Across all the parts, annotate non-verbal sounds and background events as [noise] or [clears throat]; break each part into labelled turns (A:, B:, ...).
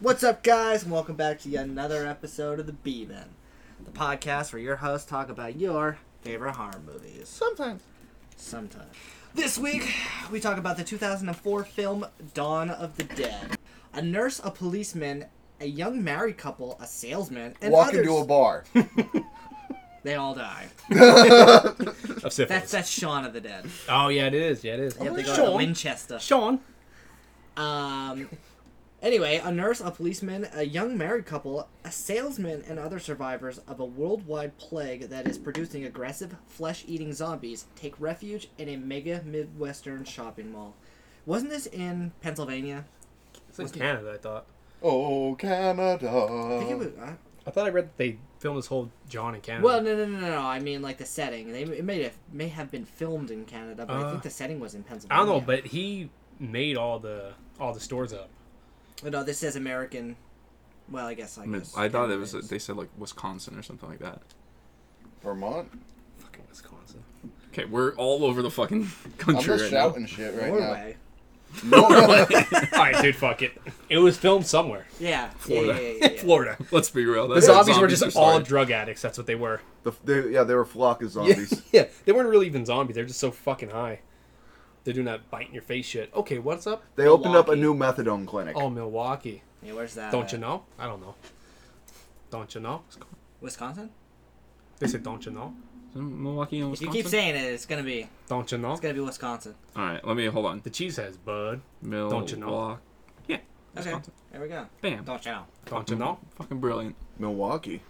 A: What's up, guys, and welcome back to yet another episode of the B Men, the podcast where your hosts talk about your favorite horror movies.
B: Sometimes.
A: Sometimes. This week, we talk about the 2004 film Dawn of the Dead. A nurse, a policeman, a young married couple, a salesman, and
B: Walk
A: others,
B: into a
C: [laughs]
B: bar.
A: they all die.
D: of syphilis.
A: That's that's Shaun of the Dead.
D: oh yeah, it is. Yeah, it is.
A: Yep, they go to
D: Sean.
A: Winchester.
D: Sean.
A: Um. Anyway, a nurse, a policeman, a young married couple, a salesman, and other survivors of a worldwide plague that is producing aggressive, flesh eating zombies take refuge in a mega Midwestern shopping mall. Wasn't this in Pennsylvania?
D: It's in Canada, I thought.
B: Oh,
A: I
D: Oh.
A: think it
B: Canada.
A: was. Uh,
D: I thought I read that they filmed this whole John in Canada.
A: well, no, no, no, no, no. I mean, like the setting. They it may have may have been filmed in Canada, but I
D: Uh,
A: think the setting was in
D: I
A: Pennsylvania.
D: don't know, but he made all the all the stores up.
A: but no, this says American. Well, I guess I. Guess
E: I thought it
A: Canada
E: was
A: is.
E: they said like Wisconsin or something like that.
B: Vermont.
D: Fucking Wisconsin.
E: Okay, we're all over the fucking [laughs]
B: I'm
E: country
B: just
E: right now.
B: shouting shit right now.
A: Norway.
B: Norway.
D: [laughs] all right, dude. Fuck it. It was filmed somewhere.
A: Yeah.
E: Florida.
A: Yeah, yeah, yeah,
E: [laughs]
A: yeah.
D: [laughs] Florida.
E: Let's be real.
D: The
E: that's how
D: zombies, were just all
E: started.
D: drug addicts. That's what they were.
C: [laughs] The, they, yeah, they were a flock of
D: Yeah,
C: zombies.
D: [laughs] yeah, they weren't really even zombies. They're just so fucking high. They're doing that bite in your face shit. Okay, what's up?
C: They opened up a
A: Milwaukee.
C: new methadone clinic.
D: Oh, Milwaukee.
A: Yeah, where's that? uh,
D: Don't you
A: at?
D: know? I don't know. Don't you know?
A: Wisconsin?
D: They said, don't you know?
E: Is it Milwaukee and
A: If
E: Wisconsin.
A: you keep saying it, it's gonna be
D: Don't you know?
A: it's gonna be Wisconsin.
E: All right, let me hold on.
D: The cheese has bud.
E: Milwaukee.
D: Don't you know?
E: Yeah.
A: Okay,
E: Wisconsin.
A: there we go.
E: Bam.
A: Don't you know?
D: Don't
E: Mm-hmm.
D: you know?
E: Fucking brilliant.
C: Milwaukee.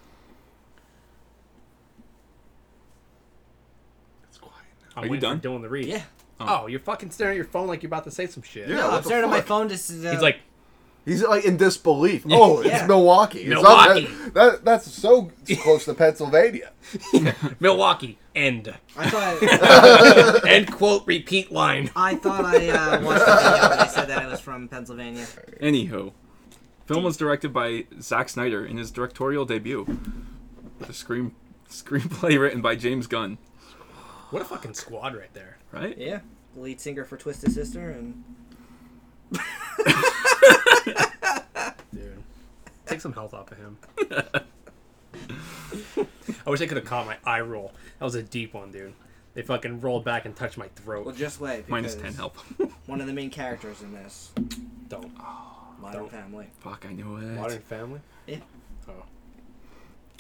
E: It's quiet.
D: I'm
E: Are you
D: waiting
E: done?
D: For doing the read.
A: Yeah.
D: Oh, you're fucking staring at your phone like you're about to say some shit.
C: Yeah,
A: No,
C: what
A: I'm
C: the
A: staring at Uh, my
C: fuck?
A: phone. Just uh,
D: He's like,
C: He's like in disbelief. Oh,
A: Yeah.
C: it's Milwaukee. It's not-
D: Milwaukee.
C: that, that- that's
E: [laughs]
C: so close to Pennsylvania.
D: Milwaukee, end.
A: I
E: [laughs]
A: thought
D: end quote, repeat line.
A: I thought I uh, watched a video where they said that it was from Pennsylvania.
E: Anywho, film was directed by Zack Snyder in his directorial debut. The screen [laughs] screenplay written by James Gunn.
D: What a fucking squad right there.
E: Right?
A: Yeah, the lead singer for Twisted Sister and
D: Dude. Take some health off of [laughs] him. I wish I could have caught my eye roll. That was a deep one, dude. They fucking rolled back and touched my
A: well,
D: throat.
A: just wait.
E: Minus
A: because
E: ten help. [laughs]
A: One of the main characters in this
D: Don't.
A: Modern
D: Don't.
A: Family.
E: Fuck, I knew it.
D: Modern Family?
A: Yeah.
D: Oh.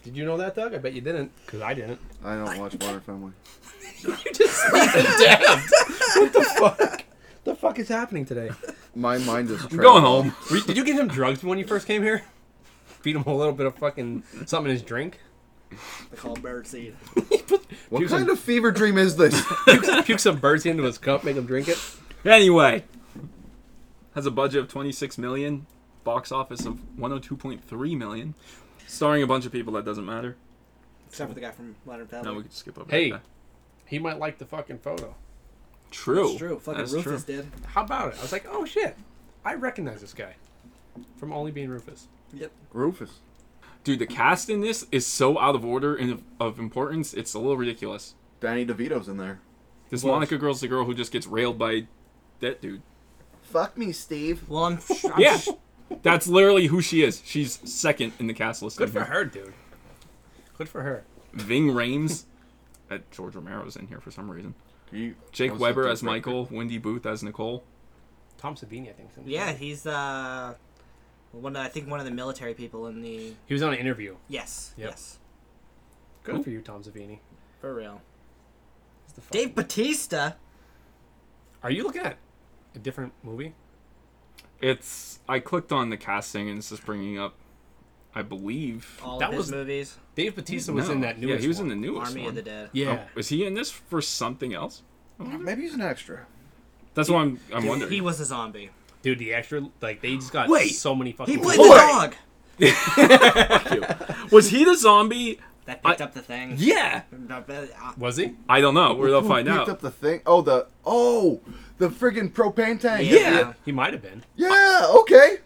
D: Did you know that, Doug? I bet you didn't, because I [laughs] didn't.
C: I don't
E: [laughs]
C: watch Modern Family.
D: You just damned. What the fuck? The fuck is happening today?
C: My mind is.
E: I'm going home.
D: Were you- Did you give him drugs when you first came here? Feed him a little bit of fucking something in his drink.
A: They call it Birdseed.
C: What
D: Puke
C: kind
D: some-
C: of fever dream is
E: [laughs]
C: this?
D: Puke, puke some birds into his cup, make him drink it.
E: Anyway, has a budget of 26 million, box office of 102.3 million, starring a bunch of people that doesn't matter.
A: Except for the guy from Modern Family.
E: No, we can skip over. that
D: Hey,
E: guy.
D: he might like the fucking photo.
E: true.
A: it's true. Fucking
E: That's
A: Rufus
E: true.
A: did.
D: How about it? I was like, oh shit, I recognize this guy from only being Rufus.
A: Yep.
C: Rufus.
E: Dude, the cast in this is so out of order and of, of importance. It's a little ridiculous.
C: Danny DeVito's in there.
E: This
D: What?
E: Monica girl's the girl who just gets railed by that dude.
C: Fuck me, Steve.
A: Well, I'm. I'm
E: Yeah, that's literally who she is. She's second in the cast list.
D: Good
E: in
D: for
E: here.
D: her, dude. Good for her.
E: Ving Rhames. That George Romero's in here for some reason.
C: You-
E: Jake
C: I was
E: Weber
C: looking
E: as
C: for-
E: Michael. Wendy Booth as Nicole.
D: Tom Savini, I think. something.
A: Yeah, he's uh, one. I think one of the military people in the.
D: He was on an interview.
A: Yes.
D: Yep.
A: Yes.
D: Good for you, Tom Savini.
A: For real.
D: He's the fuck-
A: Dave Batista.
D: Are you looking at a different movie?
E: It's. I clicked on the casting and it's just bringing up. I believe.
A: All
D: That
A: of his
D: was-
A: movies.
D: Dave Batista was
E: No.
D: in that newest.
E: Yeah, he was
D: one.
E: in the newest
A: Army
E: one.
A: of the Dead.
D: Yeah.
E: Oh, was he in this for something else?
C: Maybe he's an extra.
E: That's what I'm. I'm
A: He-
E: wondering.
A: He was a zombie.
D: Dude, the extra like they just got
E: Wait,
D: so many fucking.
A: He played
D: roles.
A: the dog.
C: [laughs]
E: was he the zombie?
A: That picked up the thing. uh,
E: Yeah.
A: Yeah.
D: Was he?
E: I don't know. We'll
C: Who
E: find
C: picked
E: out.
C: up the thing? Oh, the oh, the friggin' propane tank.
A: Yeah.
D: He might have been.
C: Yeah. Okay.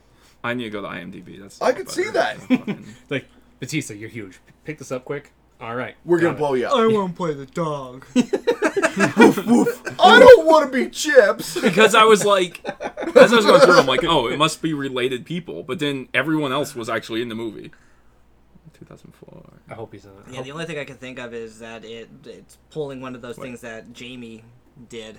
E: I need to go to IMDb. That's.
C: I could see that.
E: Fucking-
D: Like Batista, you're huge. Pick this up quick. All right.
C: We're
D: got
C: gonna
D: it.
C: blow you up.
D: [laughs]
A: I want to play the [laughs] dog.
C: I don't want to be chips.
E: [laughs] because I was like, as I was going through, I'm like, oh, it must be related people. But then everyone else was actually in the movie. 2004.
D: I hope he's in it.
A: yeah, the only thing I can think of is that it it's pulling one of those things that Jamie did,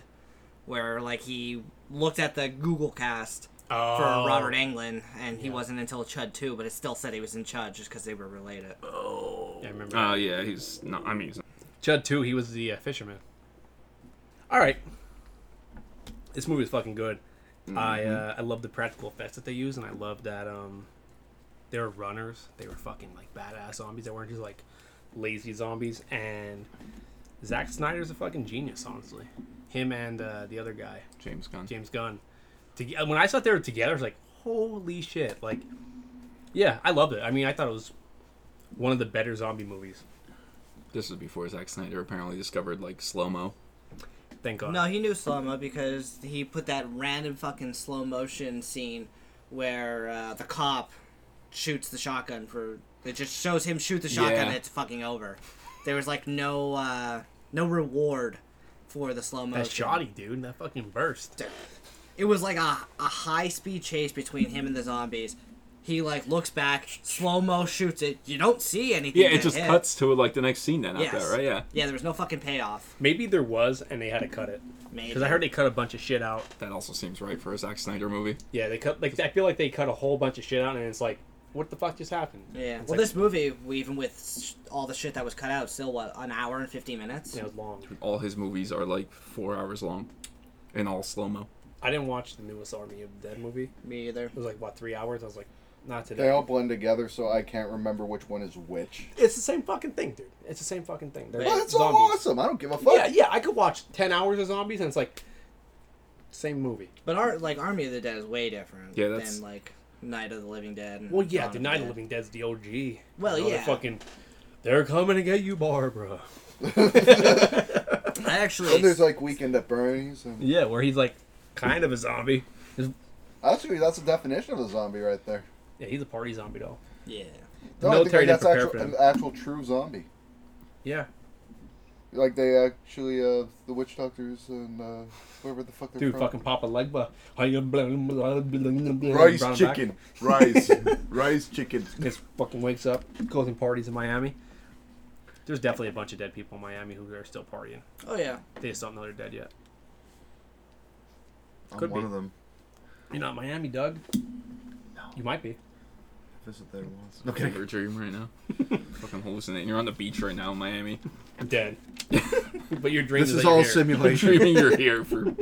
A: where like he looked at the Google Cast for
D: Oh.
A: Robert Englund, and he wasn't until Chud two, but it still said he was in Chud just because they were related.
D: Yeah, I remember.
E: Uh, yeah, he's not. I mean, he's not.
D: Judd too. He was the uh, fisherman. All right. This movie is fucking good. I
C: Mm-hmm.
D: uh, I love the practical effects that they use, and I love that um, they were runners. They were fucking like badass zombies. They weren't just like lazy zombies. And Zack Snyder's a fucking genius, honestly. Him and uh, the other guy,
E: James Gunn.
D: James Gunn. To- when I saw they were together, I was like, holy shit! Like, yeah, I loved it. I mean, I thought it was one of the better zombie movies.
E: This was before Zack Snyder apparently discovered like slow mo.
D: Thank God.
A: No, he knew slow mo because he put that random fucking slow motion scene where uh, the cop shoots the shotgun for. It just shows him shoot the shotgun.
E: Yeah.
A: and It's fucking over. There was like no uh, no reward for the slow motion.
D: That shoddy dude, that fucking burst.
A: It was like a, a high speed chase between him and the zombies. He like looks back, slow mo shoots it. You don't see anything.
E: Yeah, it
A: get
E: just
A: hit.
E: cuts to like the next scene then after
A: Yes.
E: that, right? Yeah,
A: Yeah, there was no fucking payoff.
D: Maybe there was, and they had to cut it
A: Maybe.
D: because I heard they cut a bunch of shit out.
E: that also seems right for a Zack Snyder movie.
D: Yeah, they cut like I feel like they cut a whole bunch of shit out, and it's like, what the fuck just happened?
A: Yeah.
D: It's
A: Well,
D: like-
A: this movie, we, even with sh- all the shit that was cut out, still what an hour and fifty minutes.
D: yeah, it was long.
E: All his movies are like four hours long, and all slow mo.
D: I didn't watch the newest Army of the Dead movie.
A: Me either.
D: It was like what three hours. I was like, not
B: [laughs]
D: today.
B: They all blend together, so I can't remember which one is which.
D: It's the same fucking thing, dude. It's the same fucking thing. They're
B: Well, that's so
D: zombies.
B: awesome. I don't give a fuck.
D: Yeah, yeah. I could watch ten hours of zombies, and it's like, same movie.
A: But our like Army of the Dead is way different.
E: Yeah, that's-
A: Than like Night of the Living Dead. And
D: Well, yeah,
A: Dawn
D: the
A: of
D: Night of the
A: Dead.
D: Living Dead's the OG.
A: Well,
D: You know, they're
A: yeah.
D: Fucking, they're coming to get you, Barbara.
A: I actually.
B: And Oh, there's like Weekend at Bernie's. And...
D: Yeah, where he's like, kind of a zombie.
B: Actually, that's the definition of a zombie right there.
D: Yeah, he's a party zombie doll.
A: yeah.
B: No, I think
D: military
B: that's
D: didn't prepare
B: actual,
D: for
B: an
D: them.
B: actual true zombie.
D: Yeah,
B: Like they actually, uh, the witch doctors and uh, whoever the fuck they're
D: dude,
B: from.
D: fucking Papa Legba. I am blah, blah, blah, blah, blah, blah,
C: Rice
D: brought him back.
C: chicken.
D: [laughs]
C: Rice. Rice chicken.
D: Just fucking wakes up, goes and parties in Miami. There's definitely a bunch of dead people in Miami who are still partying.
A: Oh yeah.
D: They just don't know they're dead yet.
C: I'm
D: Could
C: one
D: be.
C: of them.
D: You're not in Miami, Doug. No. You might be.
C: Visit there once.
E: Okay, your dream right [laughs] now. Fucking hallucinating. You're on the beach right now in [laughs] Miami.
C: [laughs]
D: I'm dead. but your dream
C: This
D: is
C: is
D: that
C: all
D: you're here.
C: simulation.
D: [laughs]
E: Dreaming you're here for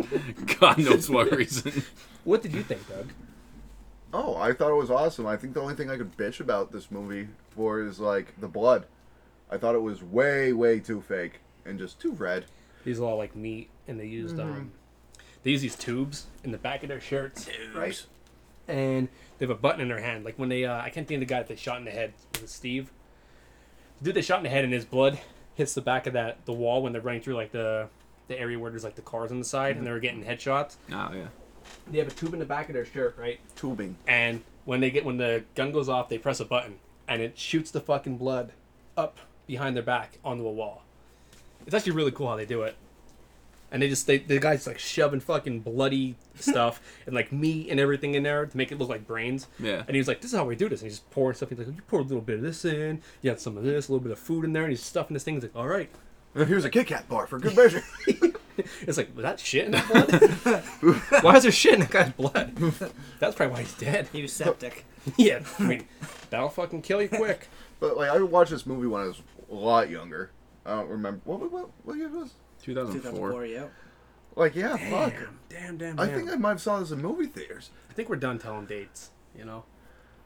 E: God knows [laughs] what reason.
D: What did you think, Doug?
C: [laughs] Oh, I thought it was awesome. I think the only thing I could bitch about this movie for is like the blood. I thought it was way, way too fake and just too red.
D: These are all like meat, and they used um, they use these tubes in the back of their shirts.
C: Right.
D: and they have a button in their hand. Like when they, uh, I can't think of the guy that they shot in the head. Was it Steve? The dude they shot in the head, and his blood hits the back of that the wall when they're running through like the the area where there's like the cars on the side,
C: Mm-hmm.
D: and they're getting headshots.
E: Oh yeah.
D: They have a tube in the back of their shirt, right?
C: Tubing.
D: And when they get when the gun goes off, they press a button, and it shoots the fucking blood up behind their back onto a wall. It's actually really cool how they do it. And they just they the guys like shoving fucking bloody stuff and like meat and everything in there to make it look like brains.
E: Yeah.
D: And he was like, "This is how we do this." And he's just pouring stuff. He's like, "You pour a little bit of this in. You got some of this, a little bit of food in there." And he's stuffing this thing. He's like, "All right."
C: Here's a Kit Kat bar for good measure. [laughs]
D: It's like, was that shit in that blood? [laughs] Why is there shit in that guy's blood? That's probably why he's dead.
A: He was
E: [laughs]
A: septic.
D: Yeah, [laughs] I mean, that'll fucking kill you quick.
C: but like, I watched this movie when I was a lot younger. I don't remember what what what year it was.
A: 2004.
E: 2004.
A: Yeah.
C: Like, yeah, fuck.
D: damn, damn,
C: I think I might have saw this in movie theaters.
D: I think we're done telling dates. You know,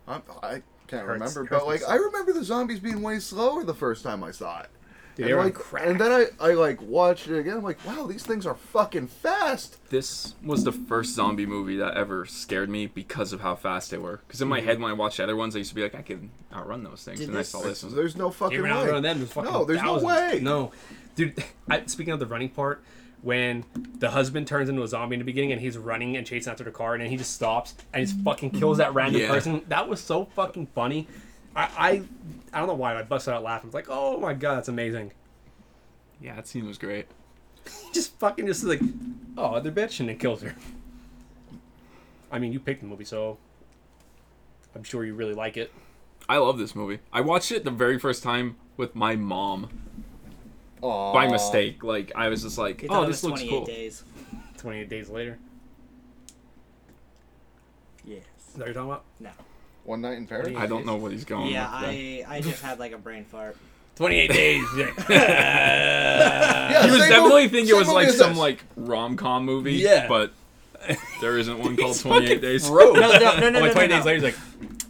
C: I'm, I can't
D: Hurts-
C: remember,
D: hurts
C: but
D: my
C: like
D: soul.
C: I remember the zombies being way slower the first time I saw it.
D: Dude,
C: and,
D: they were on
C: like,
D: crack.
C: and then I, I like watched it again. I'm like, wow, these things are fucking fast.
E: This was the first zombie movie that ever scared me because of how fast they were. Because in my head, when I watched the other ones, I used to be like, I can outrun those things.
A: Did
E: and
A: this-
E: I saw this one.
C: There's no fucking
D: they ran
C: way.
D: around them. There's fucking
C: no, there's
D: thousands.
C: no way.
D: No, dude. [laughs] I, speaking of the running part, when the husband turns into a zombie in the beginning and he's running and chasing after the car, and then he just stops and he just fucking kills that random
E: Yeah.
D: person. That was so fucking funny. I, I I don't know why but I busted out laughing. It's like, oh my god, that's amazing.
E: Yeah, that scene was great.
D: just fucking just like, oh, other bitch, and it kills her. I mean, you picked the movie, so I'm sure you really like it.
E: I love this movie. I watched it the very first time with my mom
B: Aw.
E: by mistake. Like I was just like,
A: He thought
E: oh,
A: it was
E: this looks
A: 28
E: cool.
A: days.
D: 28 days later.
A: Yes.
D: Is that what you're talking about?
B: One night in Paris.
E: I don't know what he's going.
A: Yeah,
E: with there.
A: I I just had like a brain fart.
D: 28 days. [laughs]
B: Yeah,
E: He was
B: same
E: definitely
B: mov-
E: thinking
B: same
E: it was
B: movie
E: like
B: as
E: some
B: this.
E: like rom com movie.
D: Yeah.
E: But there isn't
B: [laughs]
E: one called
D: He's
E: Twenty
D: fucking
E: Eight Days.
D: broke.
A: No, no, no, no, no,
D: like
A: no,
D: 28
A: no.
D: days later, he's like,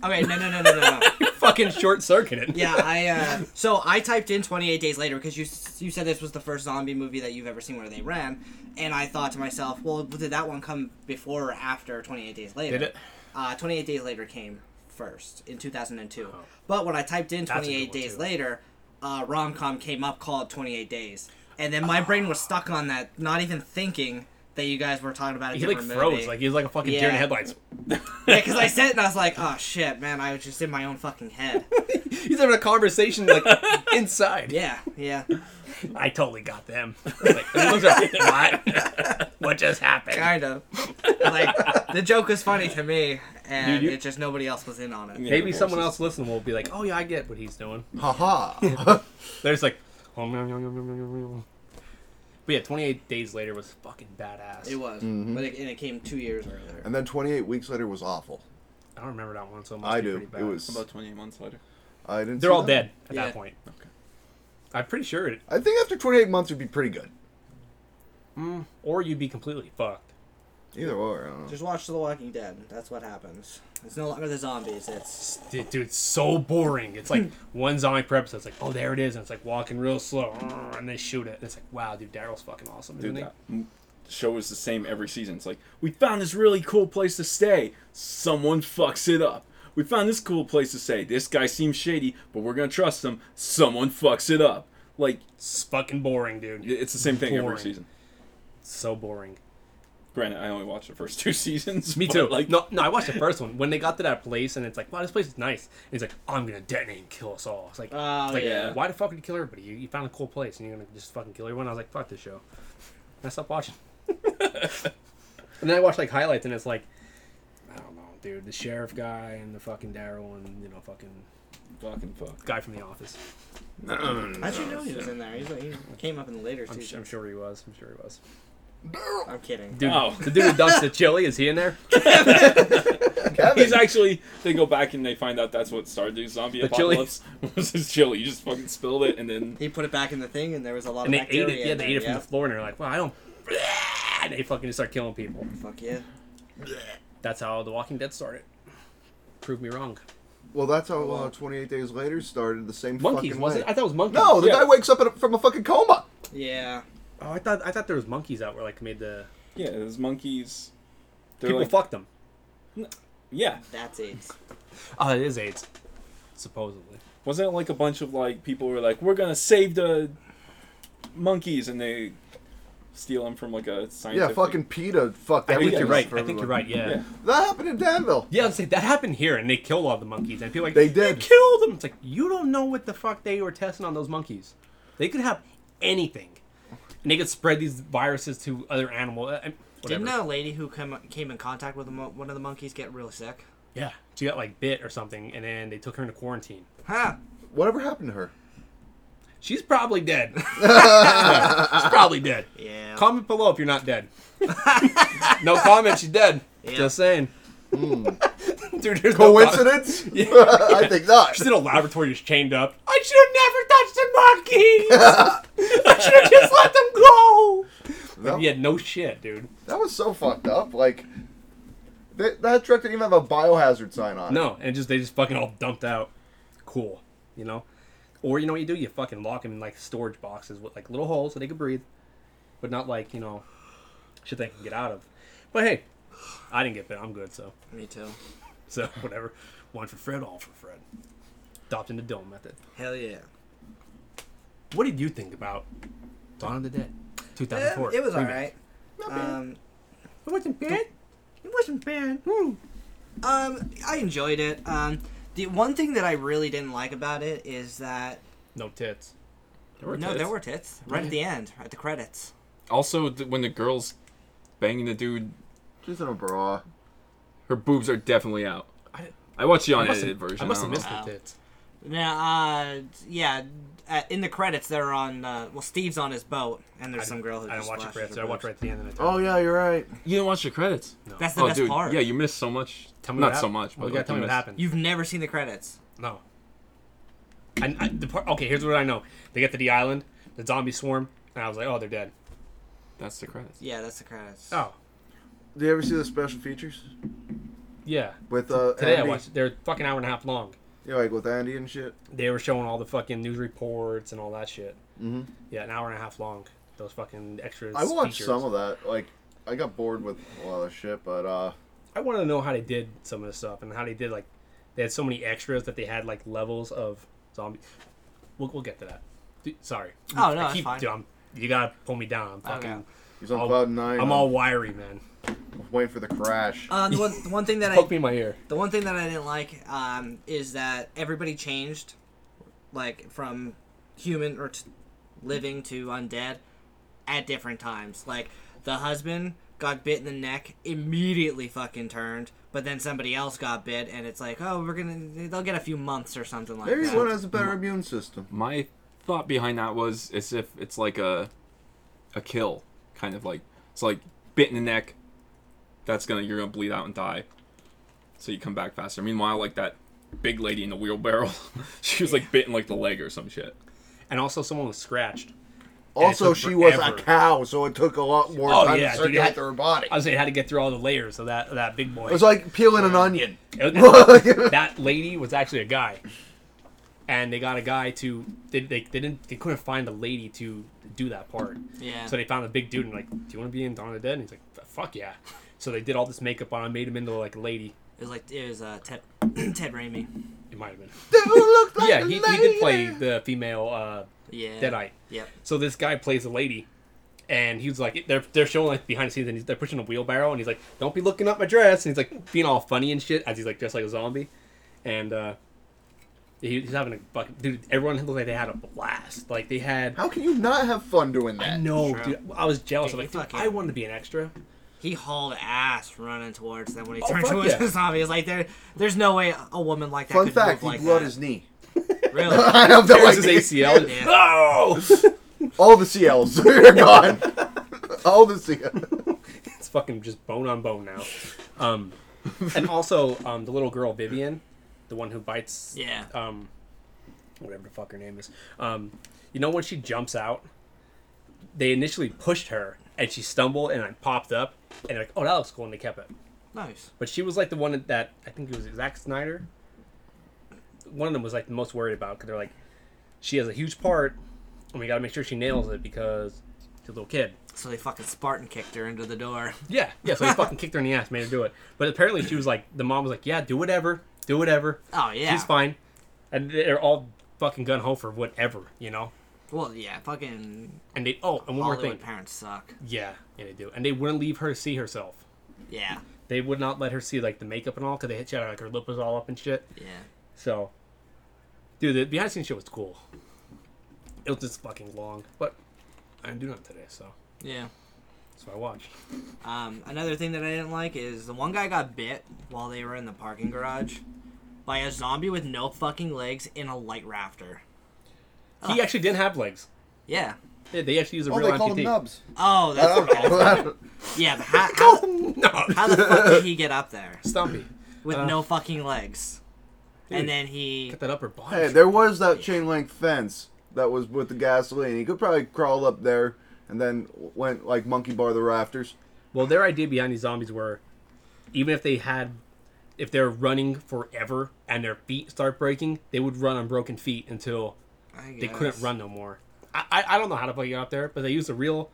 A: Okay, no, no, no, no, [laughs] no, no.
D: fucking short circuited.
A: Yeah, I uh, so I typed in 28 days later because you s- you said this was the first zombie movie that you've ever seen where they ran, and I thought to myself, well, did that one come before or after 28 days later?
D: Did it?
A: Uh, 28 days later came first in 2002. But when I typed in
D: Oh. That's a
A: 28
D: good one,
A: days
D: too.
A: later, uh, rom com came up called 28 Days, and then
D: Oh.
A: my brain was stuck on that, not even thinking that you guys were talking about a
D: He like
A: different
D: froze.
A: movie.
D: Like he was like a fucking deer in
A: Yeah. [laughs]
D: the headlights.
A: yeah, because I said it and I was like, oh shit, man, I was just in my own fucking
D: [laughs]
A: head.
D: He's having a conversation [laughs] like inside.
A: Yeah, yeah.
D: I totally got them. [laughs] Like, it looks like, what? [laughs] what just happened?
A: kind of. Like the joke was funny to me, and
E: Dude, you-
A: it just nobody else was in on it.
D: Maybe
E: Yeah,
D: someone else
E: horses.
D: listening will be like, "Oh yeah, I get what he's doing." [laughs]
C: Haha.
D: They're just like, "Oh, meow, meow, meow, meow, meow, meow, meow." but yeah, 28 days later was fucking badass.
A: It was, but it, and it came two years earlier.
C: and then 28 weeks later was awful.
D: I don't remember that one, so it must
C: I
D: be
C: do.
D: Pretty bad.
C: It
B: [laughs]
C: was.
E: About twenty eight months later.
C: I didn't.
D: They're
C: see
D: all
C: that.
D: dead at
A: Yeah.
D: that point. I'm pretty sure it,
C: I think after 28 months would be pretty good.
D: or you'd be completely fucked.
C: Either or, I don't know.
A: Just watch The Walking Dead. That's what happens. It's no longer the zombies. It's
D: Dude, dude, it's so boring.
C: [laughs]
D: It's like one zombie per episode. It's like, oh, there it is, and it's like walking real slow, and they shoot it. And it's like, wow, dude, Daryl's fucking awesome, isn't
E: Dude,
D: he?
E: that m- show is the same every season. It's like we found this really cool place to stay. Someone fucks it up. We found this cool place to stay. This guy seems shady, but we're gonna trust him. Someone fucks it up. Like
D: It's fucking boring,
E: i-
D: dude.
E: it's the same thing
D: Boring.
E: every season.
D: So boring.
E: Granted, I only watched the first [laughs] two seasons.
D: Me
E: but,
D: too.
E: Like
D: Like no, no, I watched the first one when they got to that place, and it's like, wow, this place is nice. And he's like, I'm gonna detonate and kill us all. It's like,
A: Oh,
D: it's like,
E: yeah.
D: why the fuck did you kill everybody? You, you found a cool place, and you're gonna just fucking kill everyone. I was like, fuck this show. And I stopped watching. and then I watched like highlights, and it's like, I don't know, dude, the sheriff guy and the fucking Daryl and you know fucking
E: fucking fuck.
D: guy from the office.
A: how'd you know he was in there? He's like, he came up in the later
D: I'm,
A: season.
D: I'm sure he was. I'm sure he was.
A: I'm kidding.
D: Dude,
E: Oh.
D: the dude who dumps the chili is he in there?
C: Kevin,
E: He's actually. They go back and they find out that's what started the zombie
D: The chili.
E: apocalypse. [laughs] Was his chili? You just fucking spilled it and then.
A: He put it back in the thing, and there was a lot
D: And
A: of
D: they ate
A: bacteria.
D: it. Yeah,
A: in
D: they
A: there,
D: ate it from
A: yeah.
D: the floor, and they're like, wow, I don't. [laughs] And they fucking just start killing people.
A: Fuck yeah.
D: That's how The Walking Dead started. Prove me wrong.
C: well, that's how uh, 28 days later started the same
D: Monkeys,
C: fucking
D: wasn't
C: way.
D: it? I thought it was monkeys.
C: no, the
E: Yeah.
C: guy wakes up in a- from a fucking coma.
A: Yeah.
D: Oh, I thought I thought there was monkeys out where like made the
E: Yeah, there's monkeys. They're
D: people
E: like,
D: fucked them.
E: yeah.
A: That's AIDS.
D: Oh, it is AIDS, supposedly.
E: Wasn't it like a bunch of like people were like, we're gonna save the monkeys, and they steal them from like a
C: Yeah,
E: scientific.
C: fucking PETA. Fuck, that
D: I think
C: was
D: you're
C: just
D: right.
C: for
D: I think you're
C: everyone.
D: right. Yeah.
E: Yeah.
D: Yeah,
C: That happened in Danville.
D: I was saying, that happened here, and they killed all the monkeys, and people are like
C: They did.
D: They killed them. It's like you don't know what the fuck they were testing on those monkeys. They could have anything, and they could spread these viruses to other uh, animals.
A: Didn't that lady who came came in contact with a mo- one of the monkeys get real sick?
D: Yeah, she got like bit or something, and then they took her into quarantine.
A: Ha!
C: Whatever happened to
D: [laughs]
C: her?
D: She's probably dead. She's probably dead.
A: Yeah.
D: Comment below if you're not dead. no comment, she's dead.
A: Yeah. Hmm.
D: Just saying. [laughs] Dude, there's no comment. [laughs]
C: Coincidence? [laughs] I think not.
D: She's in a laboratory just chained up. I should have never touched the monkeys! I should have just let them go!
C: No.
D: Yeah, no shit, dude.
C: That was so fucked up. Like, that, that truck didn't even have a biohazard sign on it.
D: No, and just they just fucking all dumped out. Cool, you know. Or you know what you do? You fucking lock them in like storage boxes with like little holes so they could breathe, but not like you know shit they can get out of. But hey, I didn't get bit. I'm good. So
A: Me too.
D: so [laughs] whatever. One for Fred, all for Fred. Adopting the Dome method.
A: Hell yeah.
D: What did you think about Dawn of the Dead?
A: Eh,
D: 2004.
A: it was
D: remake?
A: alright. Um,
D: It wasn't bad.
A: Hmm. It wasn't bad. Um, I enjoyed it. Um, The one thing that I really didn't like about it is that
D: No tits.
E: There were
A: no,
E: tits.
A: there were tits right at the end, at the credits.
E: Also, th- when the girl's banging the dude,
C: She's in a bra.
E: her boobs are definitely out.
D: I-
E: I watched Oh, the
D: I must
E: unedited
D: have,
E: version.
D: I must have
E: don't know.
D: missed
A: know.
D: the tits.
A: Now, uh, yeah, uh, in the credits they're on. Uh, well, Steve's on his boat, and there's
D: I
A: some
D: didn't-
A: girl who
D: I
A: just
D: didn't watch the
A: splashes
D: credits.
A: her
D: I watched
A: boobs.
D: right at the end. And I didn't-
C: Oh yeah, you're right.
E: You didn't watch the credits.
A: That's the
E: Oh,
A: best
E: dude,
A: part.
E: yeah, you missed so much.
D: Tell me
E: Not
D: what hap-
E: so much, but
D: Well, you
E: like,
D: gotta tell
E: you
D: me what
E: missed-
D: happened.
A: You've never seen the credits.
D: No. And I, the part, okay, here's what I know. They get to the island, the zombie swarm, and I was like, oh, they're dead.
E: That's the credits.
A: Yeah, that's the credits.
D: Oh,
C: Do you ever see the special features
D: yeah.
C: with uh?
D: Today I
C: Andy?
D: watched. They're fucking hour and a half long.
C: Yeah, like with Andy and shit.
D: They were showing all the fucking news reports and all that shit. Mm-hmm. Yeah, an hour and a half long. Those fucking extras.
C: I watched
D: features.
C: some of that. Like I got bored with a lot of shit, but uh,
D: I want to know how they did some of this stuff and how they did like they had so many extras that they had like levels of zombies. We'll, we'll get to that. Dude, sorry.
A: Oh, no,
D: I
A: that's
D: keep,
A: fine.
D: Dude, I'm, you gotta pull me down. I'm fucking.
A: Okay.
C: he's on
D: I'll-
C: cloud nine.
D: Oh, I'm all wiry, man.
C: waiting for the crash.
A: Uh, the, one, the one
E: [laughs]
A: thing that I
D: Poke me in my ear.
A: The one thing that I didn't like um, is that everybody changed, like from human or t- living to undead, at different times. Like the husband got bit in the neck, immediately fucking turned, but then somebody else got bit, and it's like, oh, we're gonna, they'll get a few months or something like
C: Maybe
A: that.
C: one has a better immune system.
E: My thought behind that was as if it's like a, a kill kind of like it's like bit in the neck. That's gonna you're gonna bleed out and die. So you come back faster. Meanwhile, like that big lady in the wheelbarrow, [laughs] she was like bitten like the leg or some shit.
D: And also, someone was scratched.
C: Also,
D: took
C: she was a
D: forever.
C: cow, so it took a lot more
D: Oh,
C: time
D: yeah,
C: to
D: dude, it
C: circulate
D: had-
C: through her body.
D: I was saying, had to get through all the layers of that of that big boy.
C: It
D: [laughs]
C: was like peeling an onion. [laughs]
D: It was- that lady was actually a guy, and they got a guy to they, they, they didn't they couldn't find a lady to do that part.
A: Yeah.
D: So they found a big dude and like, do you want to be in Dawn of the Dead? And he's like, "F- fuck yeah. So they did all this makeup on him, made him into like a lady.
A: It was like it was uh, Ted, [clears throat] Ted Raimi.
D: It might have been.
C: Dude, looked like
D: yeah,
C: a
D: he, he
C: lady.
D: did play the female uh,
A: Yeah.
D: Deadite.
A: Yep.
D: So this guy plays a lady, and he was like, they're they're showing like behind the scenes, and he's, they're pushing a wheelbarrow, and he's like, don't be looking up my dress, and he's like being all funny and shit as he's like dressed like a zombie, and uh, he, he's having a fucking dude. Everyone looked like they had a blast. Like they had.
C: How can you not have fun doing that?
D: I know,
A: Sure.
D: dude. I was jealous.
A: Dude,
D: I'm like,
A: you
D: dude,
A: fucking-
D: I wanted to be an extra.
A: He hauled ass running towards them when he
D: Oh,
A: turned
D: fuck
A: towards
D: yeah.
A: the zombie. It's like there, there's no way a woman like that.
C: Fun
A: could move
C: fact: he
A: like
C: blew out
A: that.
C: his
D: [laughs]
C: knee.
A: really.
C: [laughs] I have no
D: There's his
C: idea.
D: [laughs] ACL.
A: Yeah.
D: No,
C: All the [laughs] CLs are gone. All the CLs.
D: it's fucking just bone on bone now. Um, and also um, the little girl Vivian, the one who bites
A: [laughs] Yeah.
D: um, whatever the fuck her name is. Um, you know when she jumps out, they initially pushed her and she stumbled and I popped up and they're like, oh that looks cool and they kept it.
A: Nice.
D: But she was like the one that I think it was Zack Snyder. One of them was like the most worried about because they're like, she has a huge part and we got to make sure she nails it because she's a little kid.
A: So they fucking Spartan kicked her into the door.
D: Yeah, yeah. So he fucking kicked her in the ass, made her do it. But apparently she was like, the mom was like, yeah, do whatever, do whatever.
A: Oh yeah.
D: She's fine. And they're all fucking gun ho for whatever, you know.
A: Well, yeah. Fucking
D: And they oh, and one more
A: Hollywood
D: thing.
A: parents suck.
D: Yeah, yeah, they do. And they wouldn't leave her see herself.
A: Yeah.
D: They would not let her see like the makeup and all because they hit you like her lip was all up and shit.
A: Yeah.
D: So, dude, the behind the scenes shit was cool. It was just fucking long, but I didn't do nothing today, so
A: Yeah.
D: that's what I watched.
A: Um, another thing that I didn't like is the one guy got bit while they were in the parking garage by a zombie with no fucking legs in a light rafter.
D: He actually didn't have legs.
A: Yeah.
D: They, they actually used a
C: Ah. Oh,
D: real
C: they call them
D: amputee.
C: nubs.
A: Oh,
C: I
A: that's
C: don't know.
A: yeah. But how, how,
D: [laughs] No,
A: how the fuck did he get up there
D: Stumpy.
A: with
D: Uh,
A: no fucking legs?
D: dude.
A: And then he
D: Get that upper body.
C: hey, there was that chain link fence that was with the gasoline. He could probably crawl up there and then went like monkey bar the rafters.
D: Well, their idea behind these zombies were, even if they had, if they're running forever and their feet start breaking, they would run on broken feet until
A: I
D: they
A: guess.
D: couldn't run no more. I, I, I don't know how the fuck he got up there, but they used a real,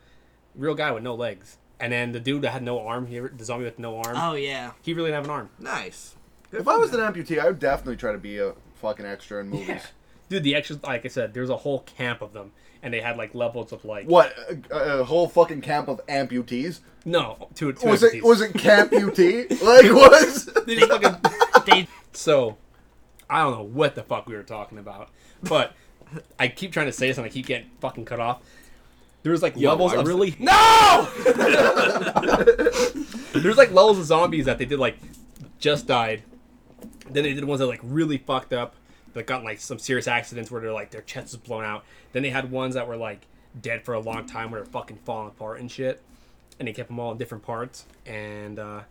D: real guy with no legs, and then the dude that had no arm, he, the zombie with no arm,
A: Oh yeah.
D: he really didn't have an arm.
A: Nice.
C: If I was an amputee, I would definitely try to be a fucking extra in movies.
D: Dude, the extras, like I said, there's a whole camp of them, and they had like levels of like
C: What a, a whole fucking camp of amputees?
D: no two two
C: Was
D: amputees.
C: [laughs] it was it camputee? like was
D: They just fucking-
A: They
D: so. I don't know what the fuck we were talking about, but I keep trying to say this and I keep getting fucking cut off. There was like
E: Yo,
D: levels
E: I
D: of
E: really-
D: [laughs] no. There's like levels of zombies that they did like just died. Then they did ones that like really fucked up, that got in, like some serious accidents where they're like their chest is blown out. Then they had ones that were like dead for a long time where they're fucking falling apart and shit. And they kept them all in different parts. And uh,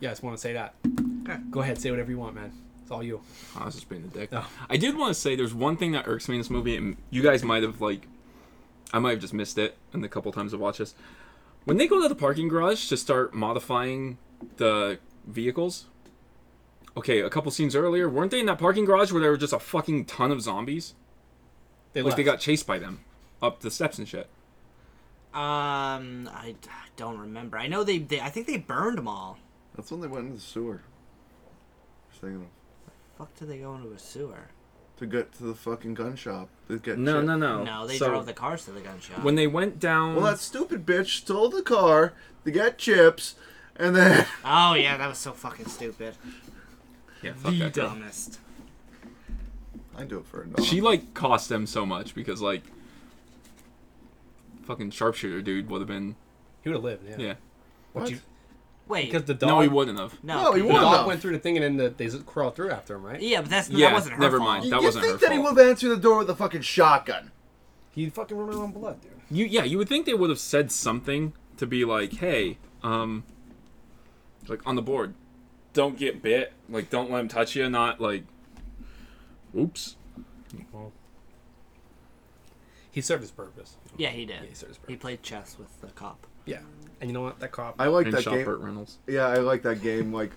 D: yeah, I just want to say that. Go ahead, say whatever you want, man. It's all you.
E: I was just being a dick.
D: Oh.
E: I did want to say there's one thing that irks me in this movie, and you guys might have like, I might have just missed it in the couple times I watched this. When they go to the parking garage to start modifying the vehicles, okay, a couple scenes earlier, weren't they in that parking garage where there were just a fucking ton of zombies?
D: They
E: Like they
D: left.
E: got chased by them up the steps and shit.
A: Um, I d- don't remember. I know they, they. I think they burned them all.
C: That's when they went into the sewer. Just thinking of-
A: Fuck, did they go into a sewer? to
C: to get to the fucking gun shop. To get
E: No,
C: shit.
E: no, no.
A: No, they
E: So,
A: drove the cars to the gun shop.
E: When they went down,
C: Well, that stupid bitch stole the car to get chips, and then [laughs]
A: oh yeah, that was so fucking stupid.
E: yeah, fuck
A: The
E: that girl.
A: dumbest.
C: I do it for a dollar.
E: She like cost them so much because like, fucking sharpshooter dude would have been
D: He would have lived. Yeah.
E: yeah.
C: What?
D: you-
A: Wait,
D: Because the dog.
E: No, he wouldn't have.
A: no,
C: No, he
A: people-
D: The
C: Wouldn't
D: dog
C: have.
D: went through the thing and then the, they crawled through after him, right?
A: Yeah, but that's
E: Yeah,
A: that wasn't her
E: never
A: fault.
E: mind.
C: You,
E: That
C: you
E: wasn't
C: think
E: her
C: that he
E: fault.
C: would have answered the door with a fucking shotgun?
D: He fucking run on blood, dude.
E: You yeah, you would think they would have said something to be like, hey, um, like on the board, don't get bit. Like, don't let him touch you. Not like, oops.
D: He served his purpose.
A: Yeah, he did.
D: Yeah, he served his
A: He
D: purpose.
A: played chess with the cop.
D: Yeah. And you know what? That cop.
C: I like
E: And
C: that
E: shot
C: game.
E: Burt Reynolds.
C: Yeah, I like that game. Like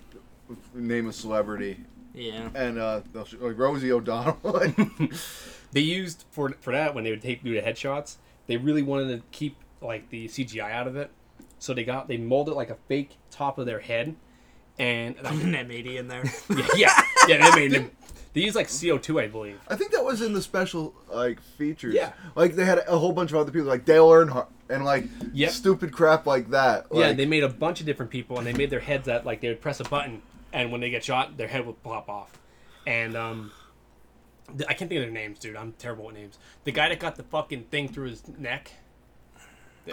C: name a celebrity
D: [laughs]
A: Yeah.
C: and uh, they'll sh- like Rosie O'Donnell. [laughs] like,
D: they used for for that when they would take do the headshots. They really wanted to keep like the CGI out of it, so they got they molded like a fake top of their head, and
A: [laughs] An M80 in there.
D: [laughs] yeah, yeah, yeah, they made them. They used like CO two, I believe.
C: I think that was in the special like features.
D: Yeah.
C: Like they had a whole bunch of other people like Dale Earnhardt and like
D: Yep.
C: stupid crap like that.
D: yeah,
C: Like,
D: they made a bunch of different people, and they made their heads that like they would press a button, and when they get shot, their head would pop off. And um, th- I can't think of their names, dude. I'm terrible with names. The guy that got the fucking thing through his neck,